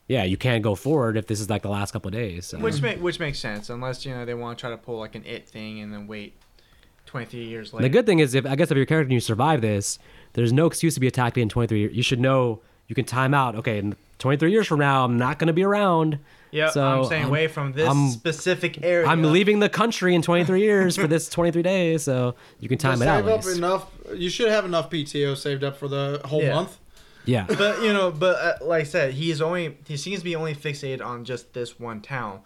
[SPEAKER 1] yeah, you can't go forward if this is like the last couple of days. so.
[SPEAKER 3] Which make, which makes sense, unless you know they want to try to pull like an it thing and then wait twenty three years later.
[SPEAKER 1] the good thing is, if I guess if your character and you survive this, there's no excuse to be attacked in 23. years. You should know you can time out. Okay, in 23 years from now, I'm not going to be around.
[SPEAKER 3] Yeah,
[SPEAKER 1] So,
[SPEAKER 3] I'm staying
[SPEAKER 1] I'm-
[SPEAKER 3] away from this
[SPEAKER 1] I'm-
[SPEAKER 3] specific area.
[SPEAKER 1] I'm leaving the country in 23 years for this 23 days, so you can time
[SPEAKER 2] Just
[SPEAKER 1] it out.
[SPEAKER 2] save
[SPEAKER 1] at
[SPEAKER 2] up
[SPEAKER 1] least.
[SPEAKER 2] enough. You should have enough PTO saved up for the whole
[SPEAKER 3] Yeah.
[SPEAKER 2] month.
[SPEAKER 1] Yeah.
[SPEAKER 3] but you know, but uh, like I said, he's only he seems to be only fixated on just this one town,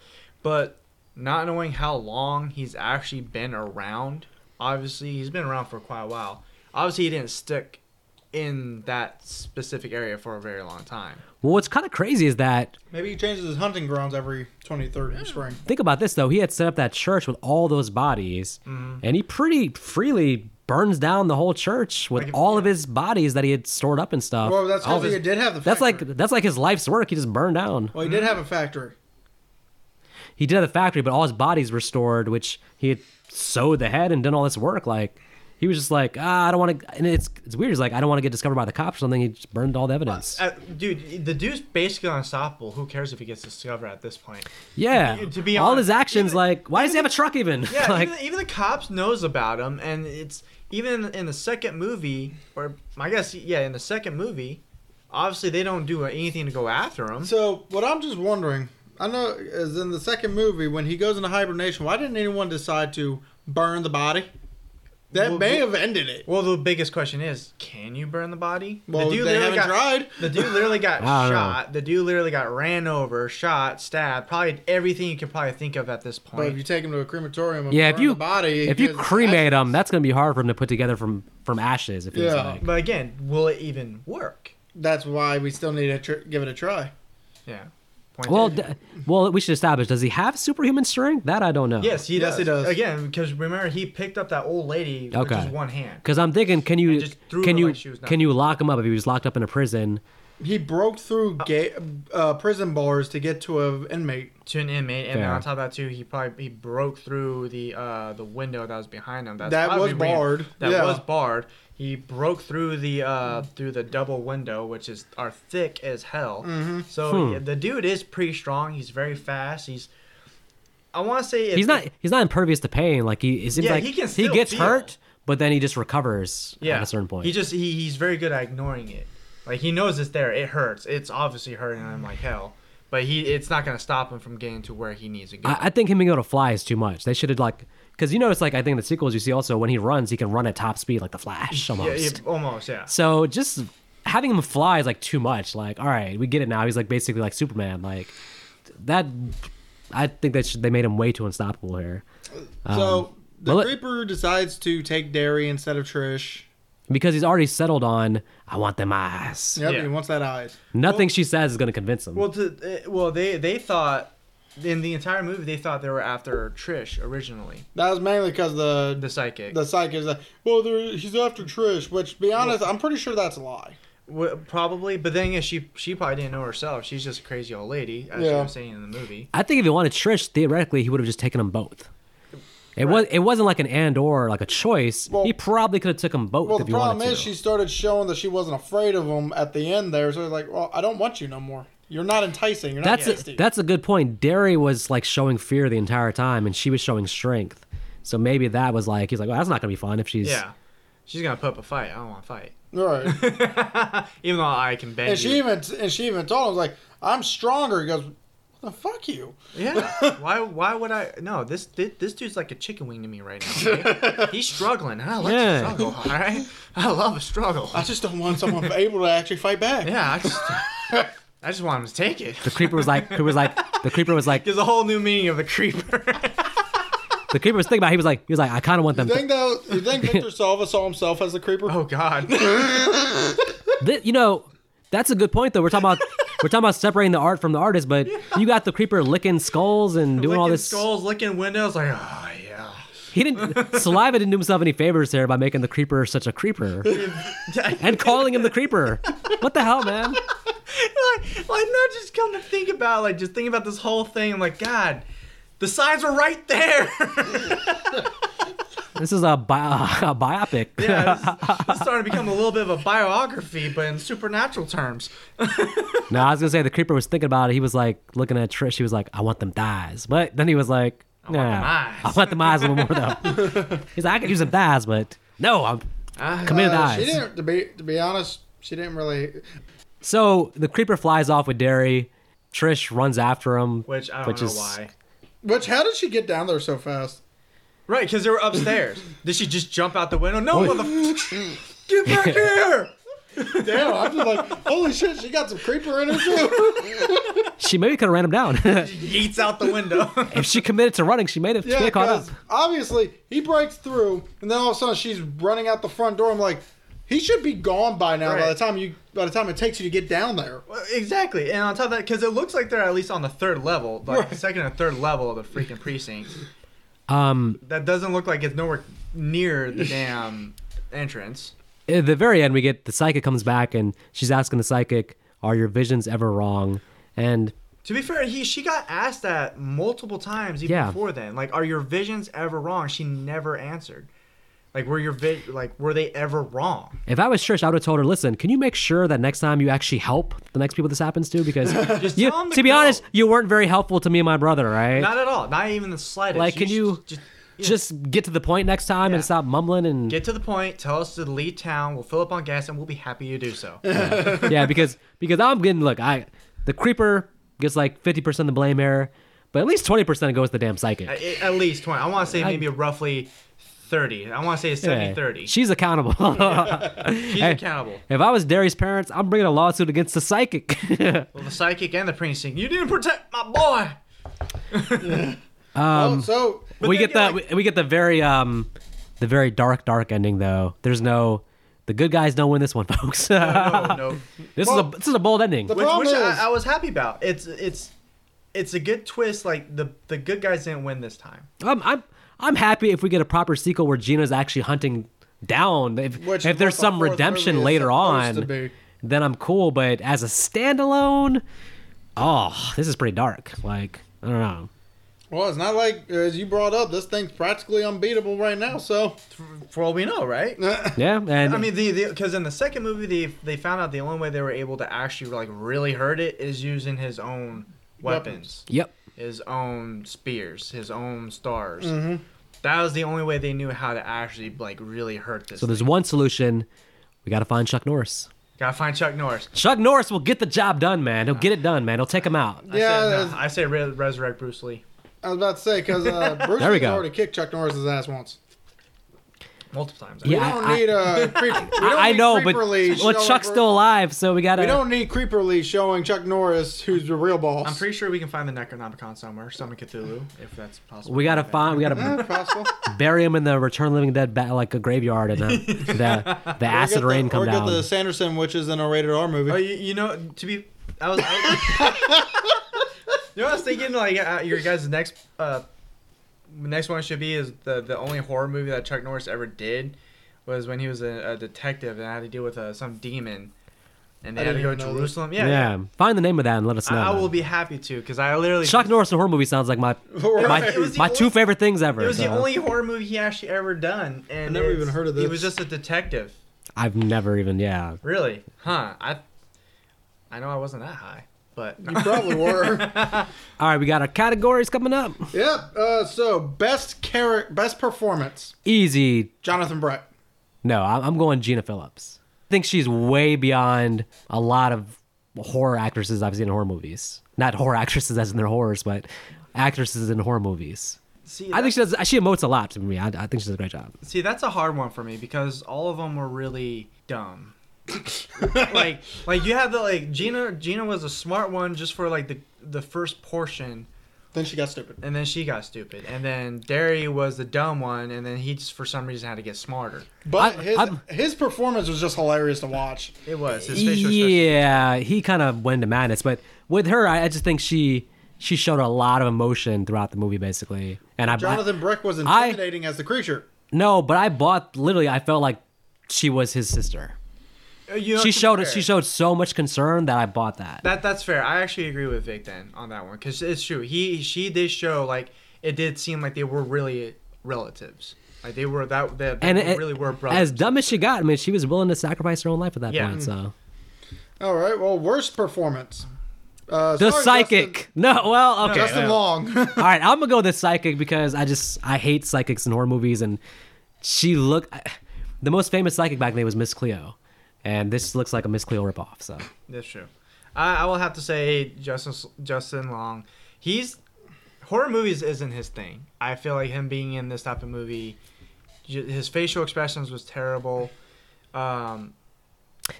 [SPEAKER 3] but not knowing how long he's actually been around. Obviously, he's been around for quite a while. Obviously, he didn't stick in that specific area for a very long time.
[SPEAKER 1] Well, what's kind of crazy is that
[SPEAKER 2] Maybe he changes his hunting grounds every 23rd of spring.
[SPEAKER 1] think about this though. He had set up that church with all those bodies,
[SPEAKER 3] Mm-hmm.
[SPEAKER 1] and he pretty freely burns down the whole church with
[SPEAKER 3] Like if-
[SPEAKER 1] all of his bodies that he had stored up and stuff.
[SPEAKER 2] Well, that's
[SPEAKER 1] All
[SPEAKER 2] because
[SPEAKER 1] of
[SPEAKER 2] he
[SPEAKER 1] his-
[SPEAKER 2] did have the.
[SPEAKER 1] that's like Hmm?
[SPEAKER 2] factory.
[SPEAKER 1] that's like his life's work. He just burned down.
[SPEAKER 2] Well, he did have a factory.
[SPEAKER 1] He did have the factory, but all his bodies were stored, which he had sewed the head and done all this work. Like he was just like, ah, I don't want to. And it's it's weird. He's like, I don't want to get discovered by the cops or something. He just burned all the evidence.
[SPEAKER 3] Uh, dude, the dude's basically unstoppable. Who cares if he gets discovered at this point?
[SPEAKER 1] yeah.
[SPEAKER 3] to be
[SPEAKER 1] all
[SPEAKER 3] honest,
[SPEAKER 1] his actions,
[SPEAKER 3] even-
[SPEAKER 1] like, why does he have a truck even? <laughs>
[SPEAKER 3] Yeah,
[SPEAKER 1] like,
[SPEAKER 3] even, even the cops knows about him, and it's even in the second movie, or I guess yeah, in the second movie, obviously they don't do anything to go after him.
[SPEAKER 2] So what I'm just wondering, I know, is in the second movie when he goes into hibernation, why didn't anyone decide to burn the body? That
[SPEAKER 3] Well,
[SPEAKER 2] may
[SPEAKER 3] well-
[SPEAKER 2] have ended it.
[SPEAKER 3] well, the biggest question is, can you burn the body?
[SPEAKER 2] Well,
[SPEAKER 3] the dude
[SPEAKER 2] they
[SPEAKER 3] literally
[SPEAKER 2] haven't
[SPEAKER 3] got
[SPEAKER 2] tried.
[SPEAKER 3] the dude literally got
[SPEAKER 1] <laughs> I don't know.
[SPEAKER 3] shot. The dude literally got ran over, shot, stabbed, probably everything you could probably think of at this
[SPEAKER 2] But if
[SPEAKER 3] point.
[SPEAKER 2] you take him to a crematorium and
[SPEAKER 1] Yeah,
[SPEAKER 2] yeah,
[SPEAKER 1] if
[SPEAKER 2] burn
[SPEAKER 1] you
[SPEAKER 2] the body,
[SPEAKER 1] if you
[SPEAKER 2] because-
[SPEAKER 1] cremate him, that's gonna be hard for him to put together from from ashes. It feels
[SPEAKER 2] Yeah.
[SPEAKER 1] like.
[SPEAKER 3] but again, will it even work?
[SPEAKER 2] that's why we still need to tr- give it a try.
[SPEAKER 3] Yeah. Point
[SPEAKER 1] Well,
[SPEAKER 3] taken.
[SPEAKER 1] d- well, we should establish. Does he have superhuman strength? That I don't know.
[SPEAKER 3] yes, he
[SPEAKER 2] Yes,
[SPEAKER 3] does.
[SPEAKER 2] he does.
[SPEAKER 3] Again, because remember he picked up that old lady with
[SPEAKER 1] Okay.
[SPEAKER 3] just one hand.
[SPEAKER 1] Because I'm thinking, can you
[SPEAKER 3] And just threw
[SPEAKER 1] can
[SPEAKER 3] her
[SPEAKER 1] you
[SPEAKER 3] like she was
[SPEAKER 1] can
[SPEAKER 3] nothing.
[SPEAKER 1] you lock him up if he was locked up in a prison?
[SPEAKER 2] He broke through
[SPEAKER 3] Oh.
[SPEAKER 2] ga- uh, prison bars to get to an inmate.
[SPEAKER 3] to an inmate, and then
[SPEAKER 1] Fair.
[SPEAKER 3] on top of that too, he probably he broke through the uh, the window that was behind him. That's
[SPEAKER 2] That
[SPEAKER 3] probably
[SPEAKER 2] was
[SPEAKER 3] where he-
[SPEAKER 2] barred,
[SPEAKER 3] That
[SPEAKER 2] yeah.
[SPEAKER 3] was barred. He broke through the uh, through the double window, which is are thick as hell.
[SPEAKER 2] Mm-hmm.
[SPEAKER 3] So
[SPEAKER 1] Hmm.
[SPEAKER 3] yeah, the dude is pretty strong. He's very fast. He's I want to say if-
[SPEAKER 1] He's not he's not impervious to pain. Like he it seems
[SPEAKER 3] Yeah,
[SPEAKER 1] like
[SPEAKER 3] he can still
[SPEAKER 1] gets
[SPEAKER 3] feel.
[SPEAKER 1] hurt, but then he just recovers at a certain point.
[SPEAKER 3] He just he, he's very good at ignoring it. Like he knows it's there. It hurts. It's obviously hurting him like hell. But he it's not gonna stop him from getting to where he needs to go.
[SPEAKER 1] I, I think him being able to fly is too much. They should have like because you notice like I think in the sequels you see also when he runs he can run at top speed like the Flash almost.
[SPEAKER 3] yeah, yeah, almost yeah.
[SPEAKER 1] So just having him fly is like too much. Like, all right, we get it now. He's like basically like Superman. Like that, I think that should, they made him way too unstoppable here
[SPEAKER 2] so the
[SPEAKER 1] Um, well, it-
[SPEAKER 2] creeper decides to take Derry instead of Trish.
[SPEAKER 1] because he's already settled on I want them eyes.
[SPEAKER 2] Yep,
[SPEAKER 3] Yeah.
[SPEAKER 2] he wants that eyes.
[SPEAKER 1] Nothing she says is gonna convince him.
[SPEAKER 3] Well, to, uh, well, they they thought in the entire movie they thought they were after Trish originally,
[SPEAKER 2] That was mainly because the
[SPEAKER 3] the psychic.
[SPEAKER 2] the psych is like, well, there, he's after Trish, which, to be honest, I'm pretty sure that's a lie.
[SPEAKER 3] W- probably, but then again, she she probably didn't know herself. She's just a crazy old lady, as you
[SPEAKER 2] Yeah.
[SPEAKER 3] were saying in the movie.
[SPEAKER 1] I think if he wanted Trish, theoretically, he would have just taken them both. It was. It wasn't like an and or like a choice.
[SPEAKER 2] Well-
[SPEAKER 1] he probably could have took them both
[SPEAKER 2] Well,
[SPEAKER 1] if
[SPEAKER 2] the
[SPEAKER 1] he wanted
[SPEAKER 2] problem
[SPEAKER 1] to.
[SPEAKER 2] is she started showing that she wasn't afraid of him at the end there. So it's like, well, I don't want you no more. You're not enticing. You're not
[SPEAKER 1] That's
[SPEAKER 2] tasty.
[SPEAKER 1] a, that's a good point. Derry was like showing fear the entire time, and she was showing strength. So maybe that was like he's like, well, that's not gonna be fun if she's.
[SPEAKER 3] Yeah, she's gonna put up a fight. I don't want to fight, <laughs>
[SPEAKER 2] right.
[SPEAKER 3] even though I can bang
[SPEAKER 2] and she
[SPEAKER 3] you.
[SPEAKER 2] even and she even told him like, I'm stronger. He goes, well, fuck you.
[SPEAKER 3] Yeah, why why would I? No, this thi- this dude's like a chicken wing to me right now.
[SPEAKER 2] <laughs>
[SPEAKER 3] okay? He's struggling, and I like
[SPEAKER 1] Yeah.
[SPEAKER 3] to struggle. All right, I love a struggle.
[SPEAKER 2] I just don't want
[SPEAKER 3] <laughs>
[SPEAKER 2] someone able to actually fight back.
[SPEAKER 3] Yeah, I just <laughs> I just want him to take it. <laughs>
[SPEAKER 1] The <laughs> creeper was like, creeper was like, the creeper was like,
[SPEAKER 3] There's a whole new meaning of the creeper.
[SPEAKER 1] the creeper was thinking about. it, He was like, he was like, I kind of want them.
[SPEAKER 2] You
[SPEAKER 1] to-
[SPEAKER 2] think that you think
[SPEAKER 1] <laughs>
[SPEAKER 2] Victor Salva saw himself as the creeper?
[SPEAKER 3] oh God.
[SPEAKER 1] Thi- you know, that's a good point though. We're talking about we're talking about separating the art from the artist, but you got the creeper licking skulls and doing all
[SPEAKER 3] Licking
[SPEAKER 1] this.
[SPEAKER 3] skulls, licking windows, like oh yeah. <laughs>
[SPEAKER 1] He didn't. Saliva didn't do himself any favors there by making the creeper such a creeper and calling him the creeper. What the hell, man?
[SPEAKER 3] like, like now just come to think about it, like just think about this whole thing. I'm like, God, the signs were right there. <laughs>
[SPEAKER 1] This is a, bi- <laughs> a biopic.
[SPEAKER 3] yeah, it's, it's starting to become a little bit of a biography, but in supernatural terms. <laughs>
[SPEAKER 1] No, I was gonna say the creeper was thinking about it. He was like looking at Trish. He was like, "I want them thighs," but then he was like, "Nah,
[SPEAKER 3] them
[SPEAKER 1] I
[SPEAKER 3] eyes."
[SPEAKER 1] want them eyes a little more though."
[SPEAKER 3] <laughs>
[SPEAKER 1] He's like, "I could use them thighs, but no, I'm
[SPEAKER 3] Ah,
[SPEAKER 1] committed
[SPEAKER 2] Uh, she
[SPEAKER 1] eyes."
[SPEAKER 2] didn't. To be to be honest, she didn't really.
[SPEAKER 1] So the creeper flies off with Derry, Trish runs after him,
[SPEAKER 3] Which I don't
[SPEAKER 1] Which
[SPEAKER 3] know
[SPEAKER 1] is-
[SPEAKER 3] why.
[SPEAKER 2] Which how did she get down there so fast?
[SPEAKER 3] Right, because they were
[SPEAKER 1] <laughs>
[SPEAKER 3] upstairs. Did she just jump out the window? No, motherfucker! <laughs>
[SPEAKER 1] <laughs>
[SPEAKER 3] Get back here!
[SPEAKER 2] Damn, I'm just like, <laughs> holy shit, she got some creeper in her too.
[SPEAKER 1] <laughs> she maybe could have ran him down. <laughs>
[SPEAKER 3] Yeets out the window. <laughs>
[SPEAKER 1] if she committed to running, she made it. she
[SPEAKER 2] Yeah,
[SPEAKER 1] made caught up.
[SPEAKER 2] because obviously he breaks through, and then all of a sudden she's running out the front door. I'm like, he should be gone by now. By
[SPEAKER 3] Right.
[SPEAKER 2] the time you, by the time it takes you to get down there.
[SPEAKER 3] Well, exactly, and on top of that, because it looks like they're at least on the third level, like the
[SPEAKER 2] Right.
[SPEAKER 3] second or third level of the freaking precinct.
[SPEAKER 1] Um,
[SPEAKER 3] That doesn't look like it's nowhere
[SPEAKER 1] <laughs>
[SPEAKER 3] near the damn entrance.
[SPEAKER 1] at the very end, we get the psychic comes back and she's asking the psychic, "Are your visions ever wrong?" And
[SPEAKER 3] To be fair, he she got asked that multiple times even
[SPEAKER 1] Yeah.
[SPEAKER 3] before then. Like, are your visions ever wrong? She never answered. Like, were your vi- like were they ever wrong?
[SPEAKER 1] if I was Trish, I would have told her, "Listen, can you make sure that next time you actually help the next people this happens to?" Because
[SPEAKER 3] <laughs> Just
[SPEAKER 1] you,
[SPEAKER 3] tell him
[SPEAKER 1] to be
[SPEAKER 3] go.
[SPEAKER 1] honest, you weren't very helpful to me and my brother, right?
[SPEAKER 3] not at all, not even the slightest.
[SPEAKER 1] Like, can
[SPEAKER 3] sh-
[SPEAKER 1] you-
[SPEAKER 3] just
[SPEAKER 1] Just get to the point next time
[SPEAKER 3] Yeah.
[SPEAKER 1] and stop mumbling and
[SPEAKER 3] get to the point? Tell us to leave town. We'll fill up on gas, and we'll be happy you
[SPEAKER 1] <laughs>
[SPEAKER 3] do so.
[SPEAKER 1] <laughs> yeah, because because I'm getting look, I the creeper gets like fifty percent of the blame here, but at least twenty percent goes to the damn
[SPEAKER 3] at,
[SPEAKER 1] psychic.
[SPEAKER 3] at least 20 i want to say maybe roughly 30 i want to say it's 70
[SPEAKER 1] Yeah.
[SPEAKER 3] 30
[SPEAKER 1] She's accountable.
[SPEAKER 3] <laughs> she's
[SPEAKER 1] Hey.
[SPEAKER 3] accountable
[SPEAKER 1] if I was Derry's parents, I'm bringing a lawsuit against the psychic. <laughs>
[SPEAKER 3] well, the psychic and the precinct you didn't protect my
[SPEAKER 1] <laughs>
[SPEAKER 3] boy
[SPEAKER 1] Um,
[SPEAKER 2] oh, so
[SPEAKER 1] we
[SPEAKER 3] then
[SPEAKER 1] get
[SPEAKER 3] you're
[SPEAKER 1] the we, we get the very um the very dark dark ending though. There's no the good guys don't win this one, <laughs> folks.
[SPEAKER 3] no Oh, no
[SPEAKER 1] <laughs> this
[SPEAKER 2] Well,
[SPEAKER 1] is a this is a bold ending.
[SPEAKER 2] the-
[SPEAKER 3] which,
[SPEAKER 2] Problem
[SPEAKER 3] which
[SPEAKER 2] is-
[SPEAKER 3] I, I was happy about it's it's it's a good twist like the the good guys didn't win this time
[SPEAKER 1] I'm I'm I'm happy if we get a proper sequel where Gina's actually hunting down if,
[SPEAKER 2] Which
[SPEAKER 1] if there's
[SPEAKER 2] is what the
[SPEAKER 1] some
[SPEAKER 2] fourth
[SPEAKER 1] redemption
[SPEAKER 2] movie is
[SPEAKER 1] later
[SPEAKER 2] supposed to
[SPEAKER 1] on
[SPEAKER 2] be.
[SPEAKER 1] then I'm cool but as a standalone oh this is pretty dark like I don't
[SPEAKER 2] <laughs>
[SPEAKER 1] know
[SPEAKER 2] well, it's not like as you brought up, this thing's practically unbeatable right now. So
[SPEAKER 3] for all we
[SPEAKER 2] <laughs>
[SPEAKER 3] know right
[SPEAKER 1] yeah and
[SPEAKER 3] I mean, the because in the second movie they they found out the only way they were able to actually like really hurt it is using his own weapons.
[SPEAKER 2] Weapons.
[SPEAKER 1] yep
[SPEAKER 3] his own spears, his own stars.
[SPEAKER 2] Mm-hmm.
[SPEAKER 3] That was the only way they knew how to actually like really hurt this.
[SPEAKER 1] so there's
[SPEAKER 3] thing.
[SPEAKER 1] one solution we gotta find Chuck Norris
[SPEAKER 3] gotta find Chuck Norris.
[SPEAKER 1] Chuck Norris will get the job done man he'll get it done man he'll take him out
[SPEAKER 3] I
[SPEAKER 2] Yeah,
[SPEAKER 3] said,
[SPEAKER 2] it's-
[SPEAKER 3] no, I say re- resurrect Bruce Lee
[SPEAKER 2] I was about to say because uh,
[SPEAKER 1] <laughs>
[SPEAKER 2] Bruce
[SPEAKER 1] There we
[SPEAKER 2] Lee's
[SPEAKER 1] go.
[SPEAKER 2] already kicked Chuck Norris's ass once.
[SPEAKER 3] multiple times.
[SPEAKER 1] Yeah.
[SPEAKER 2] We don't
[SPEAKER 1] I-
[SPEAKER 2] need <laughs> a creeper. We don't
[SPEAKER 1] I
[SPEAKER 2] need
[SPEAKER 1] know but
[SPEAKER 2] Creeper Lee
[SPEAKER 1] well
[SPEAKER 2] showing
[SPEAKER 1] Chuck's
[SPEAKER 2] Bru-
[SPEAKER 1] still alive so we gotta
[SPEAKER 2] We don't need Creeper Lee showing Chuck Norris who's the real boss.
[SPEAKER 3] I'm pretty sure we can find the Necronomicon somewhere, summon Cthulhu, if that's possible.
[SPEAKER 1] we gotta find we
[SPEAKER 3] <laughs>
[SPEAKER 1] gotta
[SPEAKER 2] Eh, possible.
[SPEAKER 1] bury him in the Return of the Living Dead ba- like a graveyard,
[SPEAKER 3] <laughs>
[SPEAKER 1] and uh, the the
[SPEAKER 2] Or
[SPEAKER 1] acid
[SPEAKER 2] get the-
[SPEAKER 1] rain come
[SPEAKER 2] or
[SPEAKER 1] down.
[SPEAKER 2] get the Sanderson witches in a rated R movie.
[SPEAKER 3] Oh, you, you know, to be, I was. I, <laughs> you know, what I was thinking like uh, your guys' next, uh, next one should be is the the only horror movie that Chuck Norris ever did was when he was a, a detective and had to deal with uh, some demon, and they
[SPEAKER 2] I
[SPEAKER 3] had to
[SPEAKER 2] didn't
[SPEAKER 3] go to
[SPEAKER 2] even know that.
[SPEAKER 3] Jerusalem.
[SPEAKER 1] yeah.
[SPEAKER 3] Yeah, yeah.
[SPEAKER 1] find the name of that and let us know.
[SPEAKER 3] I, I
[SPEAKER 1] man.
[SPEAKER 3] will be happy to because I literally
[SPEAKER 1] Chuck Norris in a horror movie sounds like
[SPEAKER 3] <laughs>
[SPEAKER 1] my my,
[SPEAKER 2] Right.
[SPEAKER 3] It was the
[SPEAKER 1] my two
[SPEAKER 3] only-
[SPEAKER 1] favorite things ever.
[SPEAKER 3] It was the
[SPEAKER 1] so
[SPEAKER 3] only horror movie he actually ever done,
[SPEAKER 2] I
[SPEAKER 3] and
[SPEAKER 2] never
[SPEAKER 3] it's-
[SPEAKER 2] even heard of
[SPEAKER 3] He
[SPEAKER 2] this.
[SPEAKER 3] was just a detective,
[SPEAKER 1] I've never even yeah.
[SPEAKER 3] really, huh? I, I know I wasn't that high, but
[SPEAKER 2] You probably <laughs> were.
[SPEAKER 1] All right, we got our categories coming up.
[SPEAKER 2] yep. Uh, so best character, best performance,
[SPEAKER 1] Easy.
[SPEAKER 2] Jonathan Brett.
[SPEAKER 1] No, I- I'm going Gina Phillips. I think she's way beyond a lot of horror actresses I've seen in horror movies. Not horror actresses as in their horrors, but actresses in horror movies.
[SPEAKER 3] see,
[SPEAKER 1] I
[SPEAKER 3] that-
[SPEAKER 1] think she does. She emotes a lot to me. I, I think she does a great job.
[SPEAKER 3] See, that's a hard one for me because all of them were really dumb. like, like you have the like Gina. Gina was a smart one just for like the the first portion,
[SPEAKER 2] Then she got stupid.
[SPEAKER 3] and then she got stupid. And then Derry was the dumb one, and then he just for some reason had to get smarter.
[SPEAKER 2] But
[SPEAKER 1] I-
[SPEAKER 2] his
[SPEAKER 1] I'm-
[SPEAKER 2] his performance was just hilarious to watch.
[SPEAKER 3] It was his facial expression.
[SPEAKER 1] yeah he kind of went to madness but with her I, I just think she she showed a lot of emotion throughout the movie basically and i
[SPEAKER 2] Jonathan Brick was
[SPEAKER 1] I-
[SPEAKER 2] intimidating as the creature.
[SPEAKER 1] no but i bought literally i felt like she was his sister
[SPEAKER 3] Uh, you know,
[SPEAKER 1] she
[SPEAKER 3] to be
[SPEAKER 1] showed
[SPEAKER 3] fair,
[SPEAKER 1] she showed so much concern that i bought that
[SPEAKER 3] That that's fair. I actually agree with Vic then on that one because it's true. He she did show like it did seem like they were really relatives. Like they were that that they
[SPEAKER 1] and it,
[SPEAKER 3] really were brothers.
[SPEAKER 1] as dumb as she got i mean she was willing to sacrifice her own life at that
[SPEAKER 3] Yeah. Mm.
[SPEAKER 1] point so
[SPEAKER 2] All right. Well, worst performance. Uh,
[SPEAKER 1] the
[SPEAKER 2] sorry,
[SPEAKER 1] psychic no well okay
[SPEAKER 2] Justin, Justin
[SPEAKER 1] well.
[SPEAKER 3] <laughs>
[SPEAKER 2] Long.
[SPEAKER 1] All right, I'm gonna go with the psychic because I just I hate psychics in horror movies, and she look the most famous psychic back then was Miss Cleo, and this looks like a Miss Cleo ripoff. So
[SPEAKER 3] That's true. I, I will have to say Justin Justin Long, he's horror movies isn't his thing. I feel like him being in this type of movie, j- his facial expressions was terrible. Um,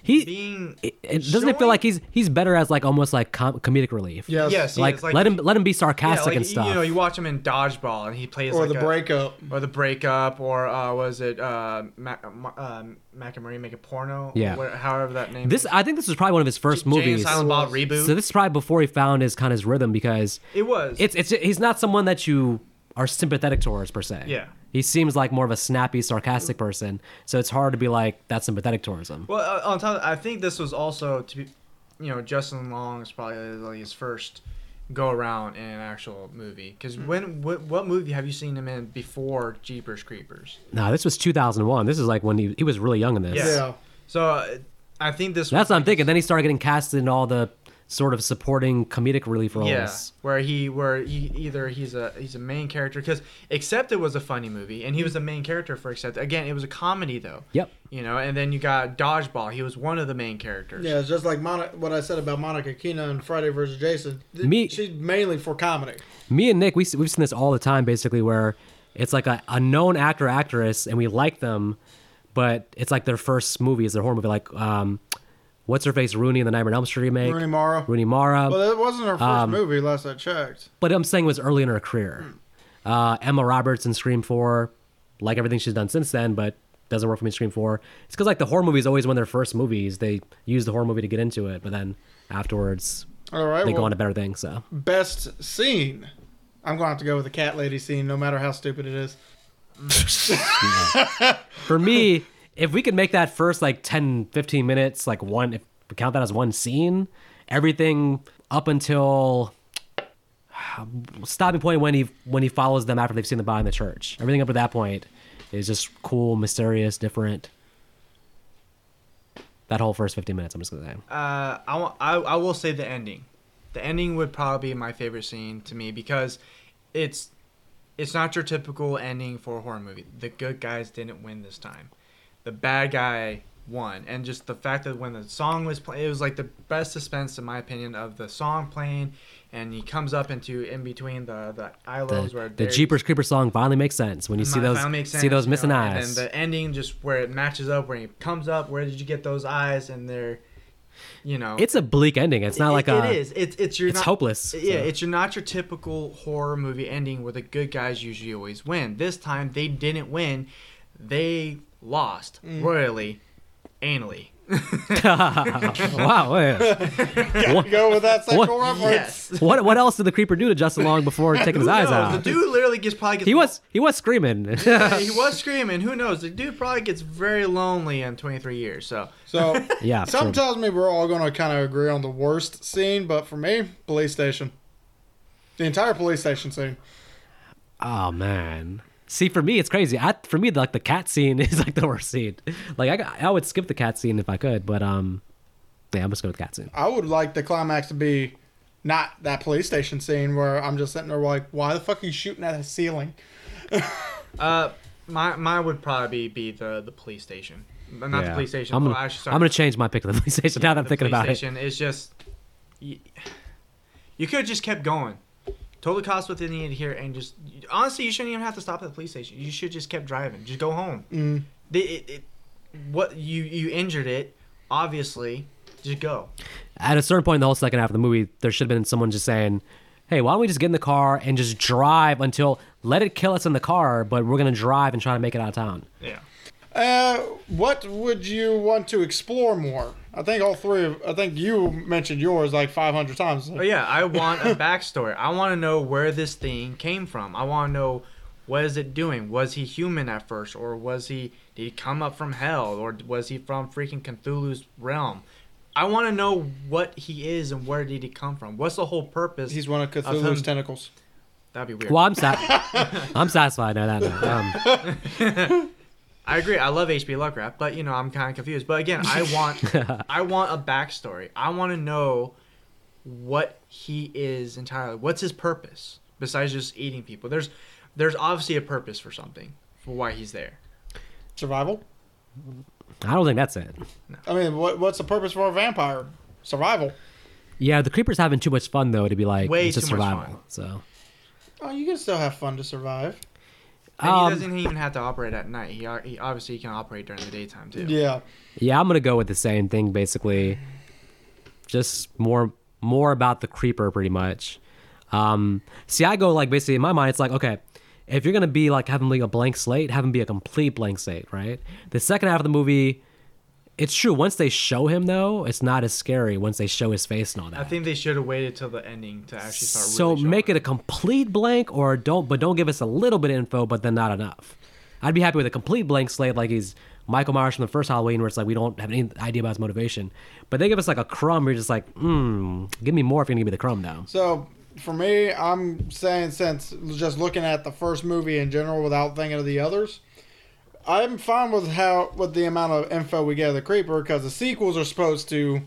[SPEAKER 1] He
[SPEAKER 3] being
[SPEAKER 1] it, it- doesn't it feel
[SPEAKER 3] showing-
[SPEAKER 1] like he's he's better as like almost like com- comedic relief.
[SPEAKER 2] Yes.
[SPEAKER 3] yes, he
[SPEAKER 1] like,
[SPEAKER 3] is,
[SPEAKER 1] let him let him be
[SPEAKER 3] yeah,
[SPEAKER 1] sarcastic
[SPEAKER 3] like,
[SPEAKER 1] and stuff.
[SPEAKER 3] You know, you watch him in Dodgeball and he plays
[SPEAKER 2] Or
[SPEAKER 3] like
[SPEAKER 2] the
[SPEAKER 3] a-
[SPEAKER 2] breakup.
[SPEAKER 3] or the breakup, or uh, was it uh, Mac, uh, Mac and Marie make a porno?
[SPEAKER 1] Yeah.
[SPEAKER 3] Where- however that name.
[SPEAKER 1] this
[SPEAKER 3] is.
[SPEAKER 1] I think this was probably one of his first
[SPEAKER 3] Jay and
[SPEAKER 1] movies.
[SPEAKER 3] Silent Bob reboot.
[SPEAKER 1] So this is probably before he found his kind of his rhythm because
[SPEAKER 3] it was.
[SPEAKER 1] it's it's he's not someone that you are sympathetic towards per se.
[SPEAKER 3] Yeah.
[SPEAKER 1] He seems like more of a snappy, sarcastic person, so it's hard to be like that's sympathetic towards him.
[SPEAKER 3] well uh, on top. Of, I think this was also to be, you know, Justin Long is probably like his first go around in an actual movie. Because when what, what movie have you seen him in before Jeepers Creepers?
[SPEAKER 1] No, this was 2001. This is like when he, he was really young in this.
[SPEAKER 3] Yeah.
[SPEAKER 2] Yeah.
[SPEAKER 3] So uh, I think this.
[SPEAKER 1] That's what
[SPEAKER 3] was,
[SPEAKER 1] I'm thinking. Then he started getting cast in all the sort of supporting comedic relief roles.
[SPEAKER 3] Yeah, where he where he, either he's a he's a main character because Accepted was a funny movie and he was the main character for Accepted. Again, it was a comedy though.
[SPEAKER 1] Yep.
[SPEAKER 3] You know, and then you got Dodgeball. He was one of the main characters.
[SPEAKER 2] Yeah, it's just like Monica, what I said about Monica Keena and Friday versus Jason. Th-
[SPEAKER 1] Me-
[SPEAKER 2] she's mainly for comedy.
[SPEAKER 1] Me and Nick, we, s- we've seen this all the time basically where it's like a, a known actor, actress, and we like them, but it's like their first movie is their horror movie. Like, um, what's her face? Rooney in the Nightmare on Elm Street remake.
[SPEAKER 2] Rooney Mara.
[SPEAKER 1] Rooney Mara.
[SPEAKER 2] Well, that wasn't her first
[SPEAKER 1] Um,
[SPEAKER 2] movie, last I checked.
[SPEAKER 1] but I'm saying was early in her career. Uh, Emma Roberts in Scream Four, like everything she's done since then, but doesn't work for me in Scream Four. It's because like the horror movies always when they're first movies, they use the horror movie to get into it, but then afterwards
[SPEAKER 2] All right.
[SPEAKER 1] they go
[SPEAKER 2] well,
[SPEAKER 1] on to better things. So
[SPEAKER 2] best scene. I'm going to have to go with the cat lady scene, no matter how stupid it <laughs> is.
[SPEAKER 1] for me, if we could make that first like 10, 15 minutes like one, if we count that as one scene, everything up until uh, stopping point when he when he follows them after they've seen the body in the church, everything up to that point is just cool, mysterious, different. That whole first 15 minutes, I'm just gonna say.
[SPEAKER 3] Uh, I, wa- I I will say the ending. The ending would probably be my favorite scene to me because it's it's not your typical ending for a horror movie. The good guys didn't win this time. The bad guy won, and just the fact that when the song was playing, it was like the best suspense, in my opinion, of the song playing, and he comes up into in between the the
[SPEAKER 1] The,
[SPEAKER 3] islands where
[SPEAKER 1] the
[SPEAKER 3] they're-
[SPEAKER 1] Jeepers Creeper song finally makes sense when you see
[SPEAKER 3] my-
[SPEAKER 1] those
[SPEAKER 3] finally makes
[SPEAKER 1] see
[SPEAKER 3] sense,
[SPEAKER 1] those
[SPEAKER 3] you know,
[SPEAKER 1] missing
[SPEAKER 3] and
[SPEAKER 1] eyes.
[SPEAKER 3] then the ending just where it matches up, where he comes up, where did you get those eyes, and they're, you know,
[SPEAKER 1] it's a bleak ending. It's not
[SPEAKER 3] it-
[SPEAKER 1] like
[SPEAKER 3] it
[SPEAKER 1] a
[SPEAKER 3] is. It's it's your
[SPEAKER 1] it's
[SPEAKER 3] not-
[SPEAKER 1] hopeless,
[SPEAKER 3] Yeah,
[SPEAKER 1] so.
[SPEAKER 3] it's your not your typical horror movie ending where the good guys usually always win. This time they didn't win. They lost royally, anally.
[SPEAKER 1] <laughs> wow. yeah.
[SPEAKER 2] Go with that sexual
[SPEAKER 1] What?
[SPEAKER 2] reference.
[SPEAKER 1] what what else did the creeper do to Justin Long before taking his
[SPEAKER 3] <laughs> Who
[SPEAKER 1] eyes
[SPEAKER 3] knows?
[SPEAKER 1] out?
[SPEAKER 3] The dude literally gets probably gets
[SPEAKER 1] He
[SPEAKER 3] <laughs>
[SPEAKER 1] was he was screaming. <laughs>
[SPEAKER 3] he was screaming. Who knows? The dude probably gets very lonely in 23 years. So
[SPEAKER 1] <laughs>
[SPEAKER 2] So,
[SPEAKER 1] Yeah,
[SPEAKER 2] some
[SPEAKER 1] true.
[SPEAKER 2] tells me we're all going to kind of agree on the worst scene, but for me, police station. The entire police station scene.
[SPEAKER 1] oh man. See, for me, it's crazy. I, for me, like the cat scene <laughs> is like the worst scene. Like I, got- I would skip the cat scene if I could, but um, yeah, I'm just going with cat scene.
[SPEAKER 2] I would like the climax to be not that police station scene where I'm just sitting there like, why the fuck are you shooting at the ceiling?
[SPEAKER 3] Uh, my mine would probably be the the police station. Not the
[SPEAKER 1] Yeah.
[SPEAKER 3] police station.
[SPEAKER 1] I'm
[SPEAKER 3] oh,
[SPEAKER 1] gonna,
[SPEAKER 3] I should start
[SPEAKER 1] I'm gonna change my pick to the <laughs> police station now that I'm
[SPEAKER 3] the
[SPEAKER 1] thinking about it.
[SPEAKER 3] PlayStation is just you, you could have just kept going. Totally cost what they needed here, and just honestly, you shouldn't even have to stop at the police station. You should just kept driving. Just go home.
[SPEAKER 2] Mm.
[SPEAKER 3] They, it, it, what you you injured it, obviously. Just go.
[SPEAKER 1] At a certain point in the whole second half of the movie, there should have been someone just saying, "Hey, why don't we just get in the car and just drive until let it kill us in the car, but we're gonna drive and try to make it out of town."
[SPEAKER 3] Yeah.
[SPEAKER 2] Uh, what would you want to explore more? I think all three of I think you mentioned yours like 500 times.
[SPEAKER 3] But Oh, yeah, I want a backstory. I want to know where this thing came from. I want to know what is it doing. Was he human at first, or was he did he come up from hell, or was he from freaking Cthulhu's realm? I want to know what he is and where did he come from. What's the whole purpose?
[SPEAKER 2] He's one of
[SPEAKER 3] Of
[SPEAKER 2] Cthulhu's
[SPEAKER 3] him-
[SPEAKER 2] tentacles.
[SPEAKER 3] That'd be weird.
[SPEAKER 1] Well, I'm sat. <laughs> I'm satisfied now. That now. Um,
[SPEAKER 3] I agree. I love H.P. Lovecraft, but you know I'm kind of confused. But again, I
[SPEAKER 1] <laughs>
[SPEAKER 3] want I want a backstory. I want to know what he is entirely. What's his purpose besides just eating people? There's there's obviously a purpose for something for why he's there.
[SPEAKER 2] Survival?
[SPEAKER 1] I don't think that's it.
[SPEAKER 2] I mean, what what's the purpose for a vampire? Survival.
[SPEAKER 1] Yeah, the creeper's having too much fun though to be like
[SPEAKER 3] Way
[SPEAKER 1] it's just
[SPEAKER 3] too much
[SPEAKER 1] survival.
[SPEAKER 3] fun.
[SPEAKER 1] So
[SPEAKER 2] Oh, you can still have fun to survive.
[SPEAKER 3] And
[SPEAKER 1] Um,
[SPEAKER 3] he doesn't even have to operate at night. He, he obviously can operate during the daytime too.
[SPEAKER 2] Yeah.
[SPEAKER 1] yeah, I'm gonna go with the same thing basically. Just more more about the creeper pretty much. Um see I go like basically in my mind it's like, okay, if you're gonna be like having like a blank slate, have him be a complete blank slate, right? The second half of the movie it's true. Once they show him, though, it's not as scary. Once they show his face and all that,
[SPEAKER 3] I think they should have waited till the ending to actually start.
[SPEAKER 1] so
[SPEAKER 3] really
[SPEAKER 1] make it a complete blank or don't but don't give us a little bit of info but then not enough i'd be happy with a complete blank slate like he's michael myers from the first halloween where it's like we don't have any idea about his motivation but they give us like a crumb you're just like hmm give me more if you're gonna give me the crumb now
[SPEAKER 2] So for me, I'm saying since just looking at the first movie in general without thinking of the others, I'm fine with how with the amount of info we get of the creeper because the sequels are supposed to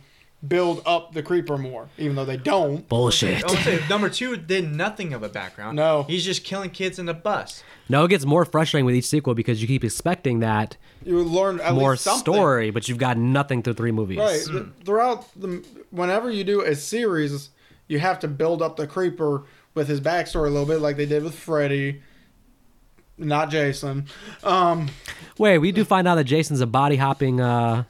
[SPEAKER 2] build up the creeper more, even though they don't.
[SPEAKER 1] bullshit <laughs>
[SPEAKER 3] I would say number two did nothing of a background.
[SPEAKER 2] No.
[SPEAKER 3] he's just killing kids in a bus.
[SPEAKER 1] no it gets more frustrating with each sequel because you keep expecting that
[SPEAKER 2] You would learn at
[SPEAKER 1] more
[SPEAKER 2] least something.
[SPEAKER 1] story but you've got nothing through three movies
[SPEAKER 2] Right. th- Throughout the whenever you do a series, you have to build up the creeper with his backstory a little bit, like they did with Freddy, not Jason. Um,
[SPEAKER 1] wait we do find out that jason's a body hopping uh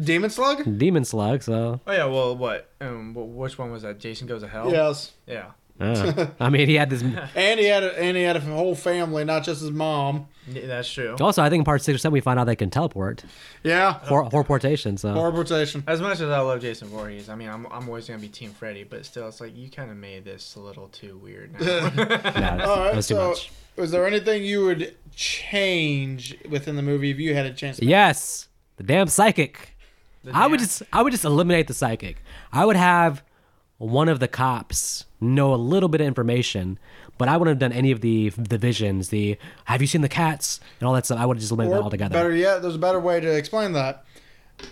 [SPEAKER 2] Demon Slug.
[SPEAKER 1] demon slug so
[SPEAKER 3] Oh yeah, well what? Um, wh- which one was that? Jason Goes to Hell.
[SPEAKER 2] Yes.
[SPEAKER 3] Yeah.
[SPEAKER 2] <laughs>
[SPEAKER 1] uh, i mean he had this
[SPEAKER 2] And he had a, and he had a whole family, not just his mom.
[SPEAKER 3] N- that's true.
[SPEAKER 1] Also, I think in part six or seven we find out they can teleport.
[SPEAKER 2] Yeah.
[SPEAKER 1] Hor- horportation. So
[SPEAKER 2] Teleportation.
[SPEAKER 3] As much as I love Jason Voorhees, I mean, I'm, I'm always gonna be Team Freddy, but still, it's like you kind of made this a little too weird.
[SPEAKER 2] <laughs>
[SPEAKER 3] Now.
[SPEAKER 1] no, that's,
[SPEAKER 2] All right.
[SPEAKER 1] that's too
[SPEAKER 2] So,
[SPEAKER 1] much.
[SPEAKER 2] was there anything you would change within the movie if you had a chance? To
[SPEAKER 1] Yes, the damn psychic.
[SPEAKER 3] The
[SPEAKER 1] I would
[SPEAKER 3] damn-
[SPEAKER 1] just, I would just eliminate the psychic. I would have one of the cops know a little bit of information, but I wouldn't have done any of the the visions. The have you seen the cats and all that stuff. I would have just eliminated
[SPEAKER 2] Or
[SPEAKER 1] that altogether.
[SPEAKER 2] Better yet, there's a better way to explain that.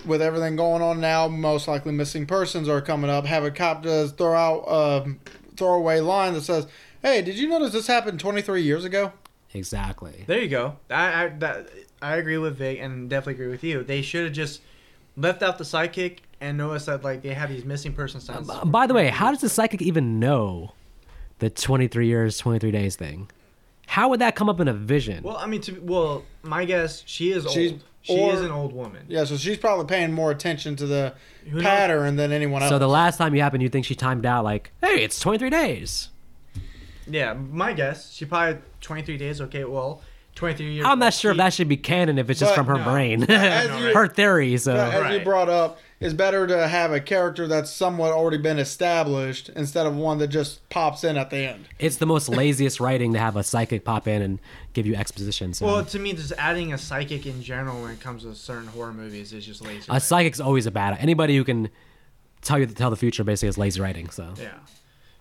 [SPEAKER 2] With everything going on now, most likely missing persons are coming up. Have a cop just throw out a throwaway line that says, "Hey, did you notice this happened 23 years ago?"
[SPEAKER 1] Exactly.
[SPEAKER 3] There you go. I I, that, I agree with Vic and definitely agree with you. They should have just left out the sidekick and noticed that like they have these missing person signs.
[SPEAKER 1] Uh, By the way, how does the psychic even know the twenty three years, twenty three days thing? How would that come up in a vision?
[SPEAKER 3] well, I mean, to well, my guess she is
[SPEAKER 2] She's-
[SPEAKER 3] old. She
[SPEAKER 2] or-
[SPEAKER 3] is an old woman.
[SPEAKER 2] Yeah, so she's probably paying more attention to the
[SPEAKER 3] Who knows?
[SPEAKER 2] pattern than anyone else.
[SPEAKER 1] So the last time you happened, you think she timed out like, hey, it's 23 days.
[SPEAKER 3] Yeah, my guess she probably 23 days. Okay, well, 23 years.
[SPEAKER 1] I'm not sure if
[SPEAKER 3] she-
[SPEAKER 1] that should be canon if it's just
[SPEAKER 2] But
[SPEAKER 1] from her
[SPEAKER 3] no.
[SPEAKER 1] brain, <laughs>
[SPEAKER 2] As you-
[SPEAKER 1] her theory. So
[SPEAKER 2] But Uh, as you
[SPEAKER 3] Right.
[SPEAKER 2] brought up, it's better to have a character that's somewhat already been established instead of one that just pops in at the end.
[SPEAKER 1] it's the most laziest writing to have a psychic pop in and give you exposition. So
[SPEAKER 3] Well, to me, just adding a psychic in general when it comes to certain horror movies is just lazy.
[SPEAKER 1] a psychic's always a bad. Anybody who can tell you tell the future basically is lazy writing. So
[SPEAKER 3] yeah,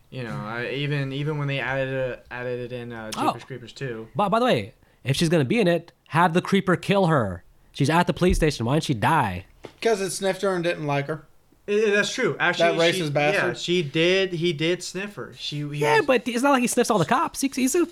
[SPEAKER 3] you know, I, even even when they added a, added it in uh,
[SPEAKER 1] Oh.
[SPEAKER 3] Jeepers Creepers 2.
[SPEAKER 1] But by the way, if she's gonna be in it, have the creeper kill her. She's at the police station. Why didn't she die?
[SPEAKER 2] Because it sniffed her and didn't like her.
[SPEAKER 3] I- I- that's true. Actually,
[SPEAKER 2] That
[SPEAKER 3] she-
[SPEAKER 2] racist bastard.
[SPEAKER 3] Yeah, she did. He did sniff her. She he
[SPEAKER 1] Yeah,
[SPEAKER 3] was-
[SPEAKER 1] but it's not like he sniffs all the cops. He, he's a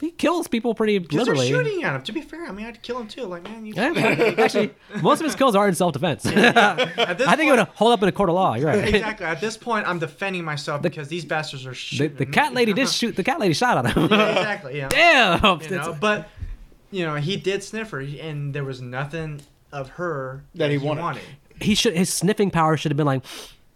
[SPEAKER 1] he kills people pretty
[SPEAKER 3] 'Cause they're
[SPEAKER 1] literally.
[SPEAKER 3] shooting at him. To be fair, I mean, I'd kill him too. Like, man,
[SPEAKER 1] <laughs>
[SPEAKER 3] you.
[SPEAKER 1] Yeah, but actually, most of his kills are in self
[SPEAKER 2] <laughs>
[SPEAKER 1] defense.
[SPEAKER 3] At this
[SPEAKER 1] <laughs> I think it
[SPEAKER 3] point,
[SPEAKER 1] would hold up in a court of law. You're <laughs> right.
[SPEAKER 3] exactly. At this point, I'm defending myself because these bastards are
[SPEAKER 1] The,
[SPEAKER 3] shooting.
[SPEAKER 1] the cat lady did <laughs> shoot. The cat lady shot at him.
[SPEAKER 3] Mm-hmm. <laughs> Uh-huh. Yeah, exactly.
[SPEAKER 1] <laughs>
[SPEAKER 3] Yeah.
[SPEAKER 1] Damn.
[SPEAKER 3] You know, but you know, he did sniff her, and there was nothing of her
[SPEAKER 2] That he wanted.
[SPEAKER 1] He should. His sniffing power should have been like,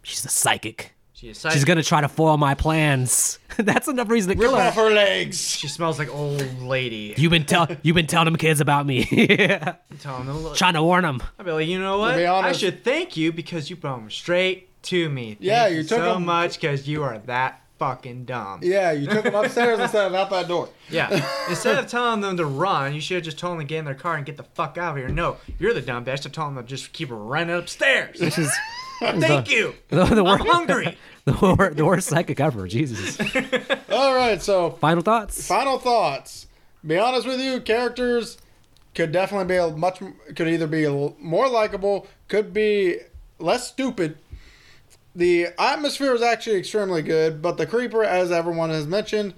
[SPEAKER 1] she's a psychic.
[SPEAKER 3] She is psychic.
[SPEAKER 1] She's gonna try to foil my plans. <laughs> That's enough reason to
[SPEAKER 2] Rip
[SPEAKER 1] kill
[SPEAKER 2] off
[SPEAKER 1] her.
[SPEAKER 2] her legs.
[SPEAKER 3] She smells like old lady.
[SPEAKER 1] You've been tell. <laughs> You've been telling them kids about me. <laughs>
[SPEAKER 3] Tell him to look.
[SPEAKER 1] Trying to warn them.
[SPEAKER 3] I'd be like, you know what?
[SPEAKER 2] be
[SPEAKER 3] I
[SPEAKER 2] honest-
[SPEAKER 3] should thank you because you brought him straight to me. Thank
[SPEAKER 2] Yeah,
[SPEAKER 3] you
[SPEAKER 2] you took
[SPEAKER 3] so
[SPEAKER 2] 'em-
[SPEAKER 3] much because you are that fucking dumb.
[SPEAKER 2] Yeah, you took him upstairs instead of out that door.
[SPEAKER 3] Yeah.
[SPEAKER 2] <laughs>
[SPEAKER 3] Instead of telling them to run, you should have just told them to get in their car and get the fuck out of here. No, you're the dumb bitch. I told them to just keep running upstairs.
[SPEAKER 1] Which is
[SPEAKER 3] <laughs> Thank you.
[SPEAKER 1] the, <laughs> the
[SPEAKER 3] I'm
[SPEAKER 1] worst. <laughs>
[SPEAKER 3] hungry.
[SPEAKER 1] <laughs> The, wor- the worst psychic ever. Jesus.
[SPEAKER 2] All right, so
[SPEAKER 1] Final thoughts.
[SPEAKER 2] final thoughts. Be honest with you, characters could definitely be a much could either be a l- more likable, could be less stupid. The atmosphere is actually extremely good, but the creeper, as everyone has mentioned,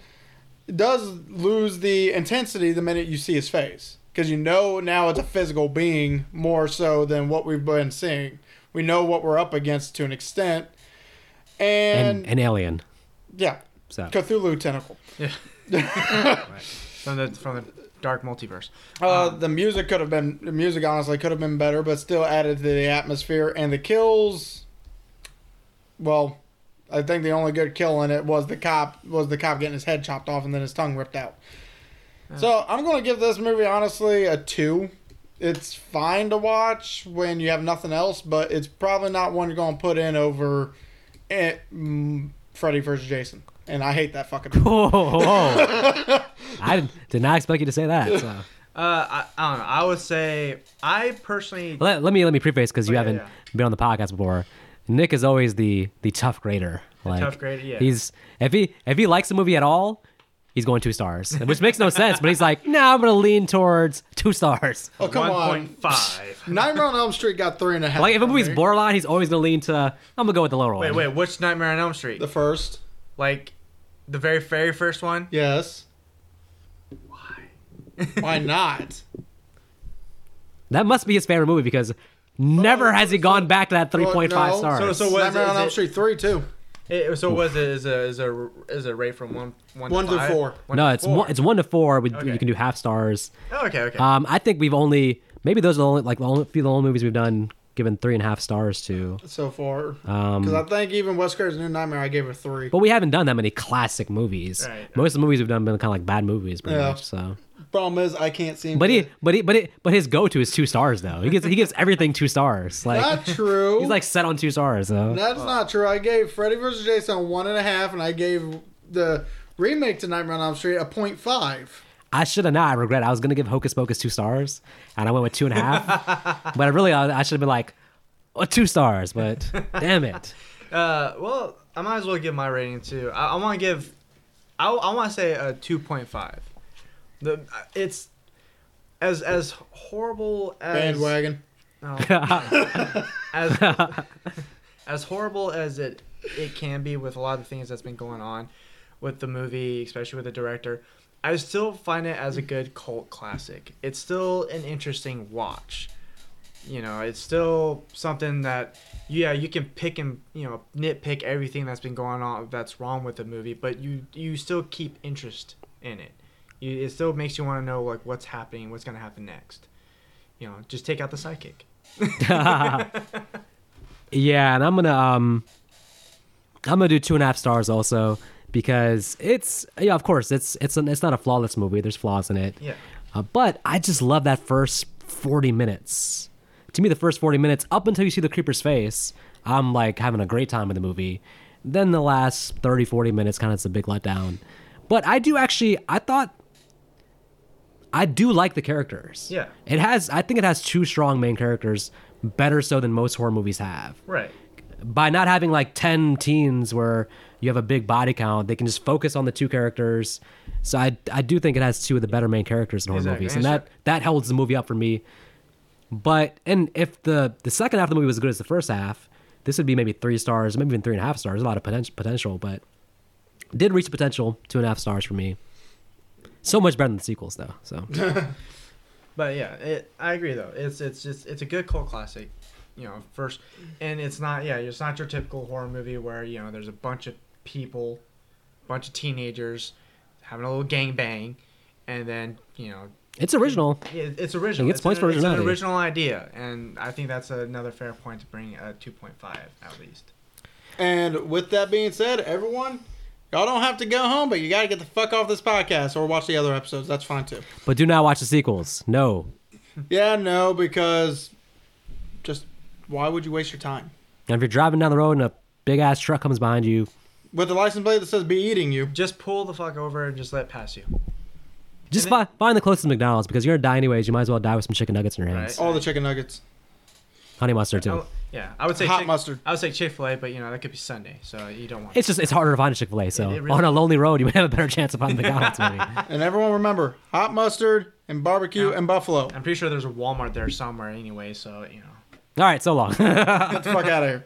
[SPEAKER 2] does lose the intensity the minute you see his face because you know now it's a physical being more so than what we've been seeing. We know what we're up against to an extent, and,
[SPEAKER 1] and an alien.
[SPEAKER 2] yeah,
[SPEAKER 1] So
[SPEAKER 2] Cthulhu tentacle.
[SPEAKER 3] <laughs> from the from the dark multiverse.
[SPEAKER 2] Uh,
[SPEAKER 1] Um,
[SPEAKER 2] the music could have been the music honestly could have been better, but still added to the atmosphere and the kills. Well, I think the only good kill in it was the cop was the cop getting his head chopped off and then his tongue ripped out. So I'm gonna give this movie honestly a two. It's fine to watch when you have nothing else, but it's probably not one you're gonna put in over eh, mm, Freddy vs. Jason. And I hate that fucking.
[SPEAKER 1] Whoa, whoa,
[SPEAKER 3] <laughs>
[SPEAKER 1] whoa. I did- did not expect you to say that. So.
[SPEAKER 3] Uh, I, I don't know. I would say I personally
[SPEAKER 1] Let, let me let me preface because you
[SPEAKER 3] Okay,
[SPEAKER 1] haven't
[SPEAKER 3] Oh, yeah.
[SPEAKER 1] been on the podcast before. Nick is always the the tough grader. Like,
[SPEAKER 3] tough grader, yeah.
[SPEAKER 1] He's if he if he likes a movie at all, he's going two stars, which makes no sense. But he's like, no, I'm gonna lean towards two stars.
[SPEAKER 2] Oh come on!
[SPEAKER 3] 1.5.
[SPEAKER 2] Nightmare on Elm Street got three and a half.
[SPEAKER 1] Like if a
[SPEAKER 2] from
[SPEAKER 1] movie's
[SPEAKER 2] me.
[SPEAKER 1] borderline, he's always gonna lean to I'm gonna go with the lower
[SPEAKER 3] Wait,
[SPEAKER 1] one.
[SPEAKER 3] wait. Which Nightmare on Elm Street?
[SPEAKER 2] The first.
[SPEAKER 3] like the very very first one.
[SPEAKER 2] Yes. Why?
[SPEAKER 1] <laughs>
[SPEAKER 2] Why not?
[SPEAKER 1] That must be his favorite movie because
[SPEAKER 3] Oh,
[SPEAKER 1] never has he gone back to that 3.5
[SPEAKER 2] no.
[SPEAKER 1] stars.
[SPEAKER 3] So- so- what is
[SPEAKER 2] Nightmare
[SPEAKER 3] it-
[SPEAKER 2] on
[SPEAKER 3] is
[SPEAKER 2] Elm
[SPEAKER 3] it-
[SPEAKER 2] Street three too.
[SPEAKER 3] It, so was it is a is a is a rate from one one
[SPEAKER 2] One to
[SPEAKER 3] five?
[SPEAKER 2] four.
[SPEAKER 3] One
[SPEAKER 1] no,
[SPEAKER 3] to
[SPEAKER 1] it's
[SPEAKER 3] four.
[SPEAKER 1] one, it's one to four. We,
[SPEAKER 3] Okay.
[SPEAKER 1] You can do half stars.
[SPEAKER 3] Oh, okay, okay.
[SPEAKER 1] Um, I think we've only maybe those are the only like the only few the only movies we've done given three and a half stars to.
[SPEAKER 2] so far.
[SPEAKER 1] Um, Oh.
[SPEAKER 2] Because I think even Wes Craven's New Nightmare, I gave a three.
[SPEAKER 1] But we haven't done that many classic movies.
[SPEAKER 3] Right.
[SPEAKER 1] Most of the movies we've done have been kind of like bad movies, pretty
[SPEAKER 2] Yeah.
[SPEAKER 1] much. So,
[SPEAKER 2] Problem is, I can't see. Him
[SPEAKER 1] but he,
[SPEAKER 2] get-
[SPEAKER 1] but he, but it, but his go-to is two stars though. He gives he gives everything two stars. Like <laughs>
[SPEAKER 2] not true.
[SPEAKER 1] he's like set on two stars. So
[SPEAKER 2] that's not true. I gave Freddy vs. Jason one and a half, and I gave the remake to Nightmare on Elm Street a point five.
[SPEAKER 1] I should have not. I regret. I was gonna give Hocus Pocus two stars, and I went with two and a half. but I really, I, I should have been like, oh, two stars. But damn it, <laughs>
[SPEAKER 3] Uh, well, I might as well give my rating too. I, I want to give, I, I want to say a two point five. The it's as as horrible as
[SPEAKER 2] Bandwagon.
[SPEAKER 3] no, as as horrible as it it can be with a lot of the things that's been going on with the movie, especially with the director. I still find it as a good cult classic. It's still an interesting watch. You know, it's still something that yeah, you can pick and, you know, nitpick everything that's been going on that's wrong with the movie, but you you still keep interest in it. You, it still makes you want to know like what's happening, what's going to happen next. You know, just take out the sidekick.
[SPEAKER 1] yeah. And I'm gonna um, I'm gonna do two and a half stars also because it's yeah, of course it's it's an, it's not a flawless movie. There's flaws in it.
[SPEAKER 3] Yeah.
[SPEAKER 1] Uh, but I just love that first 40 minutes. To me, the first 40 minutes, up until you see the creeper's face, I'm like having a great time in the movie. Then the last 30, 40 minutes kind of is a big letdown. But I do actually, I thought, I do like the characters.
[SPEAKER 3] Yeah.
[SPEAKER 1] It has, I think it has two strong main characters, better so than most horror movies have
[SPEAKER 3] Right.
[SPEAKER 1] by not having like 10 teens where you have a big body count, they can just focus on the two characters. So I, I do think it has two of the better main characters in horror
[SPEAKER 3] Exactly.
[SPEAKER 1] movies.
[SPEAKER 3] And
[SPEAKER 1] And that, that holds the movie up for me. But, and if the, the second half of the movie was as good as the first half, this would be maybe three stars, maybe even three and a half stars. A lot of potential, potential but did reach the potential, two and a half stars for me. So much better than the sequels, though.
[SPEAKER 3] <laughs>
[SPEAKER 1] So
[SPEAKER 3] But yeah, it, I agree though. It's it's just it's a good cult classic, you know. First, and it's not yeah, it's not your typical horror movie where you know there's a bunch of people, bunch of teenagers, having a little gangbang, and then you know
[SPEAKER 1] it's original.
[SPEAKER 3] it, it's original.
[SPEAKER 1] It gets
[SPEAKER 3] it's
[SPEAKER 1] points
[SPEAKER 3] an,
[SPEAKER 1] for
[SPEAKER 3] it's an
[SPEAKER 1] originality.
[SPEAKER 3] original idea, and I think that's another fair point to bring a two point five at least.
[SPEAKER 2] And with that being said, everyone, y'all don't have to go home, but you gotta get the fuck off this podcast or watch the other episodes. That's fine too.
[SPEAKER 1] But do not watch the sequels. No.
[SPEAKER 2] Yeah, no, because just why would you waste your time
[SPEAKER 1] And if you're driving down the road and a big ass truck comes behind you,
[SPEAKER 2] with a license plate that says "be eating you"?
[SPEAKER 3] Just pull the fuck over and just let it pass you.
[SPEAKER 1] Just
[SPEAKER 3] And then-
[SPEAKER 1] fi- find the closest McDonald's because you're gonna die anyways. You might as well die with some chicken nuggets in your hands.
[SPEAKER 3] Right.
[SPEAKER 2] All the chicken nuggets.
[SPEAKER 1] Honey mustard too.
[SPEAKER 3] Oh, yeah, I would say
[SPEAKER 2] Hot mustard.
[SPEAKER 3] I would say Chick Fil A, but you know that could be Sunday, so you don't want.
[SPEAKER 1] It's just it's harder to find a Chick Fil A. So
[SPEAKER 3] It- it really-
[SPEAKER 1] on a lonely road, you might have a better chance of finding McDonald's.
[SPEAKER 3] <laughs>
[SPEAKER 1] Maybe.
[SPEAKER 2] And everyone remember hot mustard and barbecue and buffalo.
[SPEAKER 3] I'm pretty sure there's a Walmart there somewhere anyway, so you know.
[SPEAKER 1] All right, so long.
[SPEAKER 2] Get the fuck out of here.